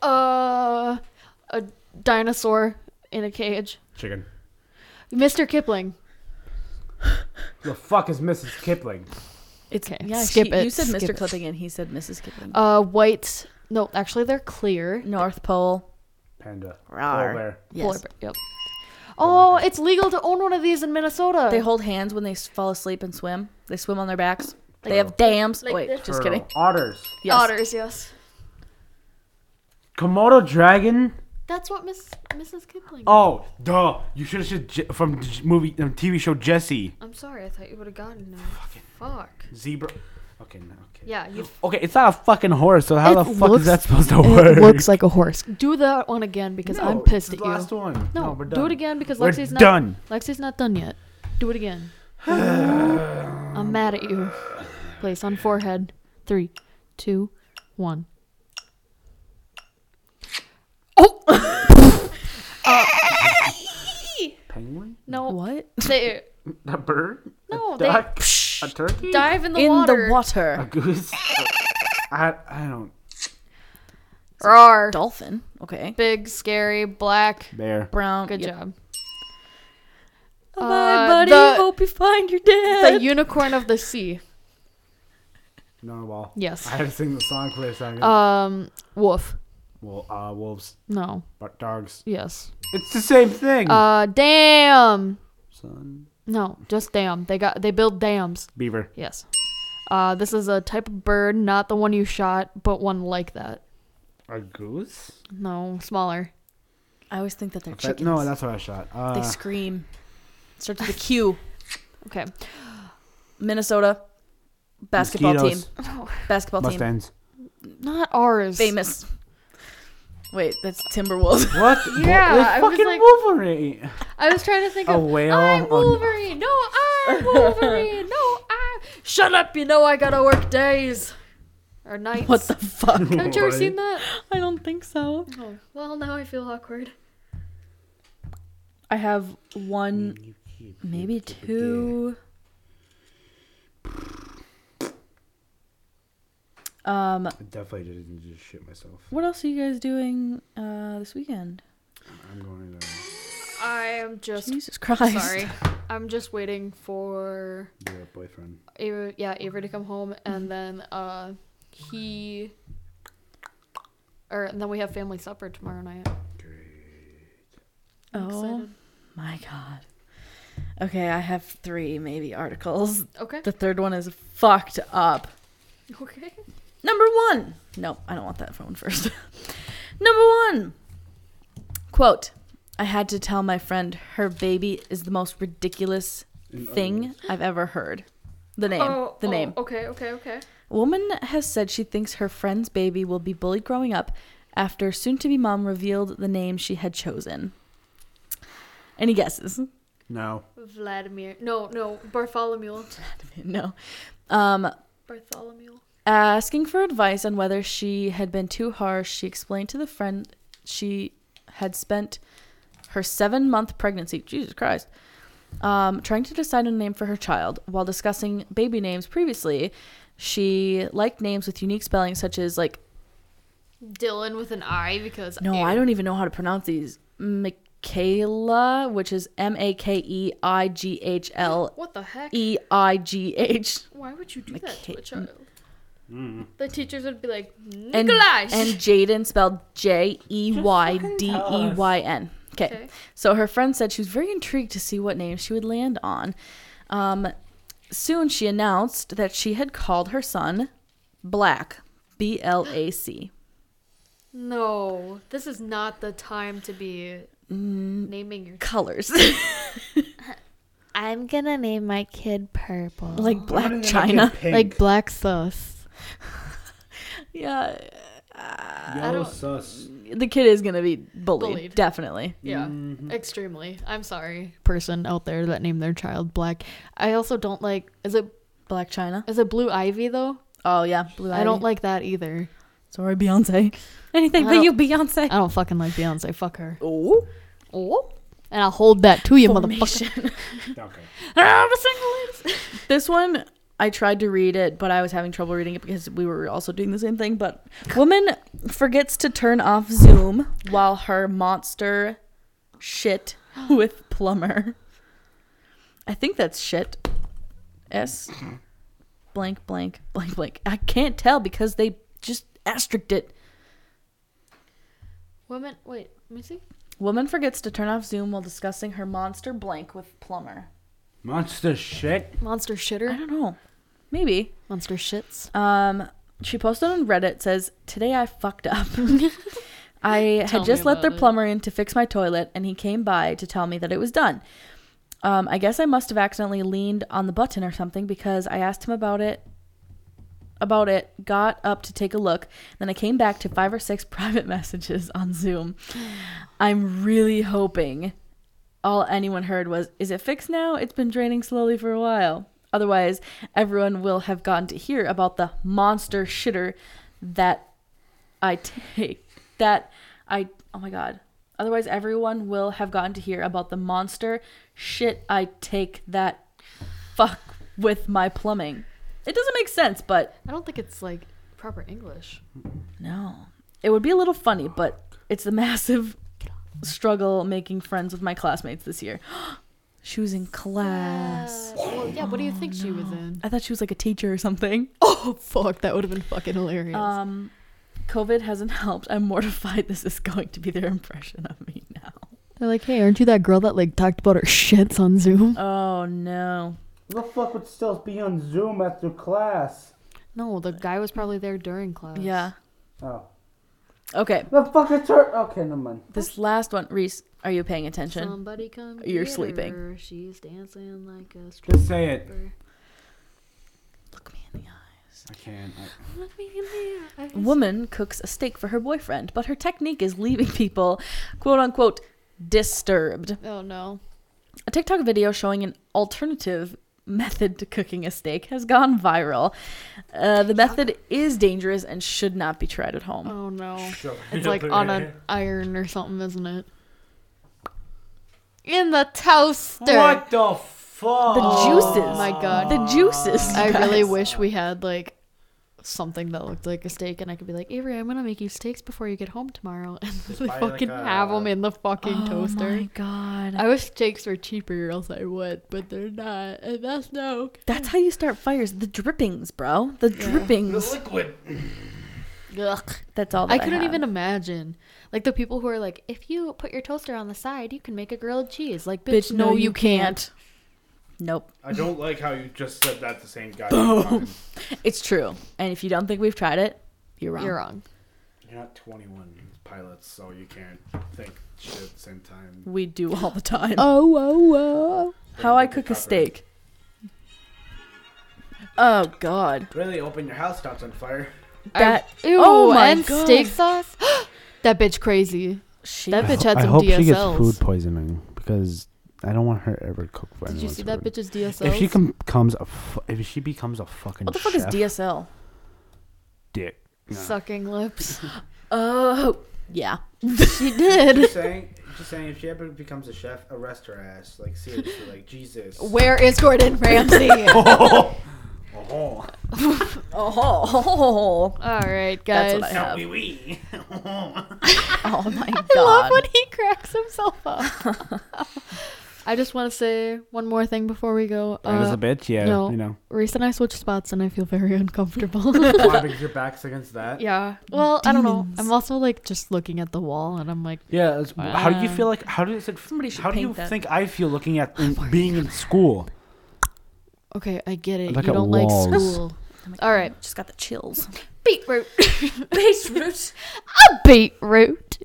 [SPEAKER 9] Uh, a dinosaur in a cage.
[SPEAKER 2] Chicken.
[SPEAKER 9] Mr. Kipling.
[SPEAKER 2] The fuck is Mrs. Kipling?
[SPEAKER 3] It's
[SPEAKER 9] Okay,
[SPEAKER 3] yeah.
[SPEAKER 9] skip
[SPEAKER 3] she-
[SPEAKER 9] it,
[SPEAKER 3] You said
[SPEAKER 9] skip
[SPEAKER 3] Mr.
[SPEAKER 9] it.
[SPEAKER 3] Clipping and he said Mrs. Clipping.
[SPEAKER 9] Uh, white. No, actually, they're clear.
[SPEAKER 3] North Pole.
[SPEAKER 2] Panda.
[SPEAKER 10] Rawr.
[SPEAKER 2] Polar bear.
[SPEAKER 9] Polar
[SPEAKER 3] Yes.
[SPEAKER 9] bear, Yep. Oh, it's legal to own one of these in Minnesota.
[SPEAKER 3] They hold hands when they s- fall asleep and swim. They swim on their backs. they have dams. Wait,
[SPEAKER 9] this.
[SPEAKER 3] just
[SPEAKER 2] Turtle.
[SPEAKER 3] kidding.
[SPEAKER 2] Otters.
[SPEAKER 3] Yes.
[SPEAKER 9] otters. Yes.
[SPEAKER 2] Komodo dragon.
[SPEAKER 9] That's what Miss Mrs. Kipling.
[SPEAKER 2] Oh, duh. You should have said Je- from the movie, um, TV show Jesse.
[SPEAKER 9] I'm sorry. I thought you would have gotten that. Fuck.
[SPEAKER 2] Zebra. Okay, no. Okay.
[SPEAKER 9] Yeah, you
[SPEAKER 1] Okay, it's not a fucking horse. So how
[SPEAKER 9] It
[SPEAKER 1] the fuck
[SPEAKER 9] looks-
[SPEAKER 1] is that supposed to work?
[SPEAKER 9] like a horse. Do that one again because I'm pissed at
[SPEAKER 2] the
[SPEAKER 9] you.
[SPEAKER 2] Last one.
[SPEAKER 9] No,
[SPEAKER 2] we're done.
[SPEAKER 9] do it again because
[SPEAKER 1] We're
[SPEAKER 9] Lexi's not
[SPEAKER 1] done.
[SPEAKER 9] Lexi's not done yet. Do it again. I'm mad at you. Place on forehead. Three, two, one. Oh. Uh,
[SPEAKER 2] Penguin?
[SPEAKER 9] no,
[SPEAKER 3] What?
[SPEAKER 9] they
[SPEAKER 2] A bird?
[SPEAKER 9] no they
[SPEAKER 2] Duck? A turkey?
[SPEAKER 9] dive in the
[SPEAKER 3] In
[SPEAKER 9] water.
[SPEAKER 3] the water.
[SPEAKER 2] Goose? I, I don't.
[SPEAKER 9] Roar.
[SPEAKER 3] Dolphin. Okay.
[SPEAKER 9] Big, scary, black.
[SPEAKER 2] Bear.
[SPEAKER 3] Brown.
[SPEAKER 9] Good
[SPEAKER 3] yep.
[SPEAKER 9] job.
[SPEAKER 3] Bye,
[SPEAKER 9] Uh,
[SPEAKER 3] buddy.
[SPEAKER 9] the-
[SPEAKER 3] Hope you find your dad.
[SPEAKER 9] The unicorn of the sea.
[SPEAKER 2] Narwhal.
[SPEAKER 9] Yes.
[SPEAKER 2] I had to sing the song for a second.
[SPEAKER 9] Um, wolf.
[SPEAKER 2] well, uh, wolves,
[SPEAKER 9] No.
[SPEAKER 2] but dogs.
[SPEAKER 9] Yes.
[SPEAKER 2] It's the same thing.
[SPEAKER 9] Uh, damn.
[SPEAKER 2] Son.
[SPEAKER 9] No, just dam. They got they build dams.
[SPEAKER 2] Beaver.
[SPEAKER 9] Yes. Uh, this is a type of bird, not the one you shot, but one like that.
[SPEAKER 2] A goose?
[SPEAKER 9] No, smaller.
[SPEAKER 3] I always think that they're
[SPEAKER 2] That-
[SPEAKER 3] chickens.
[SPEAKER 2] no, that's what I shot. Uh,
[SPEAKER 3] they scream. Starts with a Q.
[SPEAKER 9] Okay.
[SPEAKER 3] Minnesota basketball
[SPEAKER 2] mosquitoes,
[SPEAKER 3] team. Basketball team.
[SPEAKER 2] Mustangs.
[SPEAKER 9] Not ours.
[SPEAKER 3] Famous. Wait, that's Timberwolves.
[SPEAKER 2] What?
[SPEAKER 9] Yeah,
[SPEAKER 2] It's
[SPEAKER 9] I was
[SPEAKER 2] fucking
[SPEAKER 9] like-
[SPEAKER 2] Wolverine.
[SPEAKER 9] I was trying to think
[SPEAKER 2] A
[SPEAKER 9] of
[SPEAKER 2] whale
[SPEAKER 3] Oh,
[SPEAKER 9] I'm
[SPEAKER 2] on-
[SPEAKER 9] Wolverine. No, I'm Wolverine. No, I. Shut up. You know I gotta work days or nights.
[SPEAKER 3] what the fuck?
[SPEAKER 9] Haven't you ever seen that?
[SPEAKER 3] I don't think so.
[SPEAKER 9] Oh, well, now I feel awkward.
[SPEAKER 3] I have one, maybe two. Um,
[SPEAKER 2] I definitely didn't just shit myself.
[SPEAKER 3] what else are you guys doing uh, this weekend?
[SPEAKER 2] I'm going to
[SPEAKER 9] I am just
[SPEAKER 3] Jesus Christ!
[SPEAKER 9] sorry. I'm just waiting for
[SPEAKER 2] do a boyfriend.
[SPEAKER 9] Avery, yeah, Avery to come home,
[SPEAKER 3] Mm-hmm.
[SPEAKER 9] and then uh, he, or and then we have family supper tomorrow night.
[SPEAKER 3] Oh my god. Okay, I have three maybe articles.
[SPEAKER 9] Okay.
[SPEAKER 3] The third one is fucked up.
[SPEAKER 9] Okay.
[SPEAKER 3] Number one. No, I don't want that phone first. Number one. Quote I had to tell my friend her baby is the most ridiculous thing I've ever heard. The name. the name.
[SPEAKER 9] Oh, Okay. Okay. Okay.
[SPEAKER 3] Woman has said she thinks her friend's baby will be bullied growing up after soon to be mom revealed the name she had chosen. Any guesses?
[SPEAKER 2] No.
[SPEAKER 9] Vladimir. No. No. Bartholomew.
[SPEAKER 3] no. Um,
[SPEAKER 9] Bartholomew.
[SPEAKER 3] Asking for advice on whether she had been too harsh, she explained to the friend she had spent her seven month pregnancy, Jesus Christ, um, trying to decide a name for her child. While discussing baby names previously, she liked names with unique spellings, such as like,
[SPEAKER 9] Dylan with an I because
[SPEAKER 3] no, I don't even know how to pronounce these. Michaela, which is M A K E I G H L
[SPEAKER 9] What the heck?
[SPEAKER 3] E I G H.
[SPEAKER 9] Why would you do that to a
[SPEAKER 3] kid-
[SPEAKER 9] child? The teachers would be like,
[SPEAKER 3] and,
[SPEAKER 9] Nikolai.
[SPEAKER 3] and Jaden spelled J E Y D E Y N. Okay.
[SPEAKER 9] Okay.
[SPEAKER 3] So her friend said she was very intrigued to see what name she would land on. Um, Soon she announced that she had called her son Black, B L A C.
[SPEAKER 1] No, this is not the time to be naming your.
[SPEAKER 3] Colors.
[SPEAKER 1] I'm gonna name my kid purple,
[SPEAKER 3] like Black China.
[SPEAKER 1] like black sauce.
[SPEAKER 3] Yeah,
[SPEAKER 2] Yellow sus.
[SPEAKER 3] the kid is going to be bullied,
[SPEAKER 1] Bullied.
[SPEAKER 3] Definitely.
[SPEAKER 1] Yeah,
[SPEAKER 2] Mm-hmm.
[SPEAKER 1] extremely. I'm sorry, person out there that named their child black. I also don't like. Is it
[SPEAKER 3] Black China.
[SPEAKER 1] is it blue ivy though?
[SPEAKER 3] Oh, yeah. Blue
[SPEAKER 1] I don't like that either.
[SPEAKER 3] Sorry, Beyonce. Anything
[SPEAKER 1] I
[SPEAKER 3] but
[SPEAKER 1] don't-
[SPEAKER 3] you, Beyonce.
[SPEAKER 1] I don't fucking like Beyonce. Fuck her.
[SPEAKER 3] Oh,
[SPEAKER 1] Oh, and I'll hold that to you, motherfucker.
[SPEAKER 3] formation.
[SPEAKER 2] Okay.
[SPEAKER 1] I'm a single lady.
[SPEAKER 3] This one, I tried to read it, but I was having trouble reading it because we were also doing the same thing. But woman forgets to turn off Zoom while her monster shit with plumber. I think that's shit. S blank blank blank blank. I can't tell because they just asterisked it.
[SPEAKER 1] Women, wait, let me see.
[SPEAKER 3] Woman forgets to turn off Zoom while discussing her monster blank with plumber.
[SPEAKER 9] Monster shit.
[SPEAKER 1] Monster
[SPEAKER 3] I
[SPEAKER 1] shitter.
[SPEAKER 3] don't know. Maybe.
[SPEAKER 1] Monster shits.
[SPEAKER 3] Um, she posted on Reddit says, "Today I fucked up. I
[SPEAKER 1] Tell
[SPEAKER 3] had
[SPEAKER 1] me
[SPEAKER 3] just let their
[SPEAKER 1] about it.
[SPEAKER 3] plumber in to fix my toilet, and he came by to tell me that it was done. Um, I guess I must have accidentally leaned on the button or something because I asked him about it. About it, got up to take a look, then I came back to five or six private messages on Zoom. I'm really hoping." all anyone heard was, Is it fixed now? It's been draining slowly for a while. Otherwise, everyone will have gotten to hear about the monster shitter that I take. That I. Oh my god. Otherwise, everyone will have gotten to hear about the monster shit I take that fuck with my plumbing. It doesn't make sense, but
[SPEAKER 1] I don't think it's like proper English.
[SPEAKER 3] no. It would be a little funny, but it's a massive struggle making friends with my classmates this year. she was in
[SPEAKER 1] Uh,
[SPEAKER 3] class.
[SPEAKER 1] well, yeah. What do you think she was in?
[SPEAKER 3] I thought she was like a teacher or something.
[SPEAKER 1] Oh fuck, that would have been fucking hilarious.
[SPEAKER 3] Um, COVID hasn't helped. I'm mortified this is going to be their impression of me now.
[SPEAKER 1] They're like, hey, aren't you that girl that like talked about her shits on Zoom?
[SPEAKER 3] Oh no.
[SPEAKER 2] The fuck would still be on Zoom after class?
[SPEAKER 1] No, the guy was probably there during class.
[SPEAKER 3] Yeah.
[SPEAKER 2] Oh.
[SPEAKER 3] Okay.
[SPEAKER 2] The fuck I turn. Okay, never mind.
[SPEAKER 3] This last one, Reese, are you paying attention?
[SPEAKER 1] Somebody come.
[SPEAKER 3] You're
[SPEAKER 1] get
[SPEAKER 3] sleeping.
[SPEAKER 1] her. She's dancing like a stripper.
[SPEAKER 9] Just say it.
[SPEAKER 3] Look me in the eye.
[SPEAKER 9] I can't.
[SPEAKER 1] Look me in the eyes.
[SPEAKER 3] Woman cooks a steak for her boyfriend, but her technique is leaving people, quote unquote, disturbed.
[SPEAKER 1] Oh no.
[SPEAKER 3] A TikTok video showing an alternative method to cooking a steak has gone viral. Uh, the method is dangerous and should not be tried at home.
[SPEAKER 1] Oh no. It's like on an iron or something, isn't it? In the toaster. Oh
[SPEAKER 2] What the fuck?
[SPEAKER 3] The juices.
[SPEAKER 1] My god.
[SPEAKER 3] the juices.
[SPEAKER 1] I
[SPEAKER 3] you
[SPEAKER 1] really
[SPEAKER 3] guys.
[SPEAKER 1] wish we had like something that looked like a steak, and I could be like, Avery, I'm gonna make you steaks before you get home tomorrow, and they
[SPEAKER 2] buy, like,
[SPEAKER 1] fucking have 'em have them
[SPEAKER 2] a-
[SPEAKER 1] in the fucking toaster.
[SPEAKER 3] Oh my god.
[SPEAKER 1] I wish steaks were cheaper, or else I would, but they're not, and that's no. okay.
[SPEAKER 3] That's how you start fires. The drippings, bro. The drippings.
[SPEAKER 2] liquid.
[SPEAKER 1] Ugh.
[SPEAKER 3] That's all. That
[SPEAKER 1] I couldn't
[SPEAKER 3] have.
[SPEAKER 1] even imagine, like the people who are like, if you put your toaster on the side, you can make a grilled cheese. Like, bitch, no, you can't.
[SPEAKER 3] Nope.
[SPEAKER 2] I don't like how you just said that the same guy.
[SPEAKER 3] It's true. And if you don't think we've tried it, you're wrong.
[SPEAKER 1] You're wrong.
[SPEAKER 2] You're not 21 pilots, so you can't think shit at the same time.
[SPEAKER 3] We do all the time.
[SPEAKER 1] Oh, oh, oh.
[SPEAKER 3] how I cook a steak. Oh god.
[SPEAKER 2] Really open your house, stops on fire.
[SPEAKER 3] That.
[SPEAKER 1] I, ew,
[SPEAKER 3] oh my
[SPEAKER 1] and
[SPEAKER 3] god.
[SPEAKER 1] steak sauce. that bitch crazy.
[SPEAKER 3] She,
[SPEAKER 1] That bitch had
[SPEAKER 9] I
[SPEAKER 1] some
[SPEAKER 9] hope
[SPEAKER 1] DSLs.
[SPEAKER 9] she gets food poisoning because I don't want her ever cook for
[SPEAKER 1] Did you
[SPEAKER 9] anyone's
[SPEAKER 1] see that
[SPEAKER 9] food.
[SPEAKER 1] bitch's DSLs?
[SPEAKER 9] If she com- becomes a, fu- if she becomes a fucking
[SPEAKER 3] what the
[SPEAKER 9] chef,
[SPEAKER 3] fuck is DSL?
[SPEAKER 9] dick.
[SPEAKER 1] Sucking lips.
[SPEAKER 3] Oh yeah.
[SPEAKER 1] she did.
[SPEAKER 2] Just saying, just saying, if she ever becomes a chef, arrest her ass. Like seriously, like Jesus.
[SPEAKER 1] Where is Gordon Ramsay? All
[SPEAKER 2] Oh,
[SPEAKER 3] Oh, oh,
[SPEAKER 1] right,
[SPEAKER 3] That's
[SPEAKER 1] guys.
[SPEAKER 3] what I have.
[SPEAKER 2] wee wee.
[SPEAKER 3] oh my god.
[SPEAKER 1] I love when he cracks himself up. I just want to say one more thing before we go.
[SPEAKER 9] That is
[SPEAKER 1] Uh,
[SPEAKER 9] a bitch. Yeah,
[SPEAKER 1] no.
[SPEAKER 9] you know.
[SPEAKER 1] Reese and I switched spots, and I feel very uncomfortable.
[SPEAKER 2] Why? Because your back's against that.
[SPEAKER 1] yeah. Well, I don't know. I'm also like just looking at the wall, and I'm like,
[SPEAKER 9] Yeah. it's- how do you feel like? How does it?
[SPEAKER 3] Somebody should
[SPEAKER 9] How do
[SPEAKER 3] paint Oh
[SPEAKER 9] you
[SPEAKER 3] that.
[SPEAKER 9] think I feel looking at in- being in school?
[SPEAKER 1] Okay, I get it.
[SPEAKER 2] Look
[SPEAKER 1] you
[SPEAKER 2] at
[SPEAKER 1] don't
[SPEAKER 2] walls.
[SPEAKER 1] like school. All right,
[SPEAKER 3] Oh Just got the chills.
[SPEAKER 1] beetroot.
[SPEAKER 3] Beetroot.
[SPEAKER 1] a beetroot.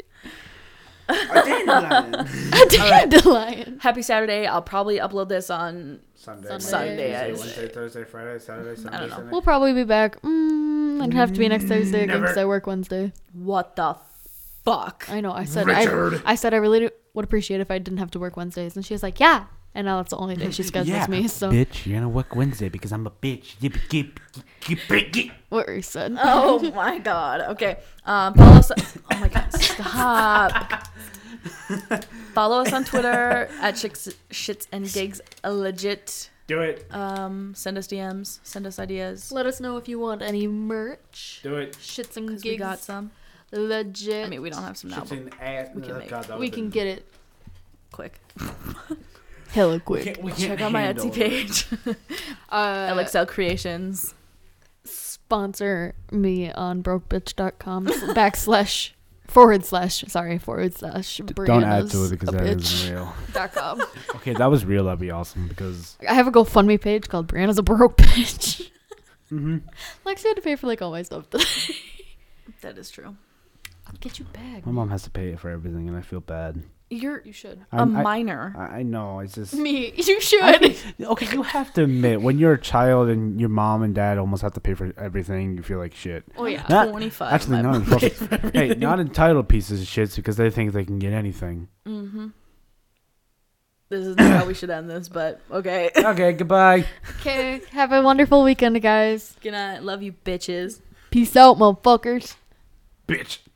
[SPEAKER 4] Dandelion.
[SPEAKER 1] A dandelion.
[SPEAKER 3] Happy Saturday. I'll probably upload this on.
[SPEAKER 9] Sunday,
[SPEAKER 3] Sunday,
[SPEAKER 9] Monday,
[SPEAKER 3] I
[SPEAKER 9] Tuesday, Wednesday, Thursday, Friday, Saturday, Sunday,
[SPEAKER 3] don't know.
[SPEAKER 9] Sunday.
[SPEAKER 1] We'll probably be back. Mm, it'd have to be next Thursday again because
[SPEAKER 9] Mm, Never.
[SPEAKER 1] I work Wednesday.
[SPEAKER 3] What the fuck?
[SPEAKER 1] I know. I said I,
[SPEAKER 4] Richard.
[SPEAKER 1] I said I really do- would appreciate if I didn't have to work Wednesdays, and she was like, "Yeah." And now that's the only day she schedules me. So
[SPEAKER 2] bitch, you're gonna work Wednesday because I'm a bitch. Yippee, yip, yip, yip, yip.
[SPEAKER 1] what were you said?
[SPEAKER 3] Oh my god. Okay. Um, follow us. Oh my god. Stop. follow us on Twitter at shits, shits and gigs legit.
[SPEAKER 9] Do it.
[SPEAKER 3] Um, send us DMs. Send us ideas.
[SPEAKER 1] Let us know if you want any merch.
[SPEAKER 9] Do it.
[SPEAKER 1] Shits and
[SPEAKER 3] 'Cause We
[SPEAKER 1] gigs.
[SPEAKER 3] got some.
[SPEAKER 1] Legit.
[SPEAKER 3] I mean, we don't have some now,
[SPEAKER 9] Shit's
[SPEAKER 3] but
[SPEAKER 9] in ass.
[SPEAKER 3] we can
[SPEAKER 9] uh,
[SPEAKER 3] make-
[SPEAKER 9] God, that
[SPEAKER 1] we
[SPEAKER 9] was
[SPEAKER 1] can
[SPEAKER 9] a-
[SPEAKER 1] get it
[SPEAKER 3] quick.
[SPEAKER 1] hella quick.
[SPEAKER 9] Can't- we can't
[SPEAKER 3] Check out my
[SPEAKER 9] handle
[SPEAKER 3] Etsy
[SPEAKER 9] it.
[SPEAKER 3] page.
[SPEAKER 1] Uh,
[SPEAKER 3] LXL Creations.
[SPEAKER 1] sponsor me on brokebitch.com Um, backslash forward slash sorry forward slash
[SPEAKER 2] Don't add to
[SPEAKER 1] Brianna's
[SPEAKER 2] it because
[SPEAKER 1] a
[SPEAKER 2] that
[SPEAKER 1] bitch
[SPEAKER 2] isn't real.
[SPEAKER 1] dot com.
[SPEAKER 2] Okay, that was real. That'd be awesome because
[SPEAKER 1] I have a GoFundMe page called Brianna's a broke bitch. Lexi had to pay for like all my stuff. I'll
[SPEAKER 3] That is true.
[SPEAKER 1] get you back.
[SPEAKER 2] my mom has to pay for everything, and I feel bad.
[SPEAKER 3] You're
[SPEAKER 1] You should.
[SPEAKER 3] a
[SPEAKER 2] I'm- I-
[SPEAKER 3] minor.
[SPEAKER 2] I, I know. It's just
[SPEAKER 1] Me. You should.
[SPEAKER 2] okay. You have to admit when you're a child and your mom and dad almost have to pay for everything, you feel like shit.
[SPEAKER 1] oh yeah.
[SPEAKER 2] Not-
[SPEAKER 3] 25.
[SPEAKER 2] Actually,
[SPEAKER 3] my
[SPEAKER 2] not
[SPEAKER 3] mom.
[SPEAKER 2] entitled. hey, not entitled pieces of shits because they think they can get anything.
[SPEAKER 3] This is not how we should end this, but okay.
[SPEAKER 2] Okay, goodbye.
[SPEAKER 1] Okay. Have a wonderful weekend, guys.
[SPEAKER 3] Good night. Love you, bitches.
[SPEAKER 1] Peace out, motherfuckers.
[SPEAKER 4] Bitch.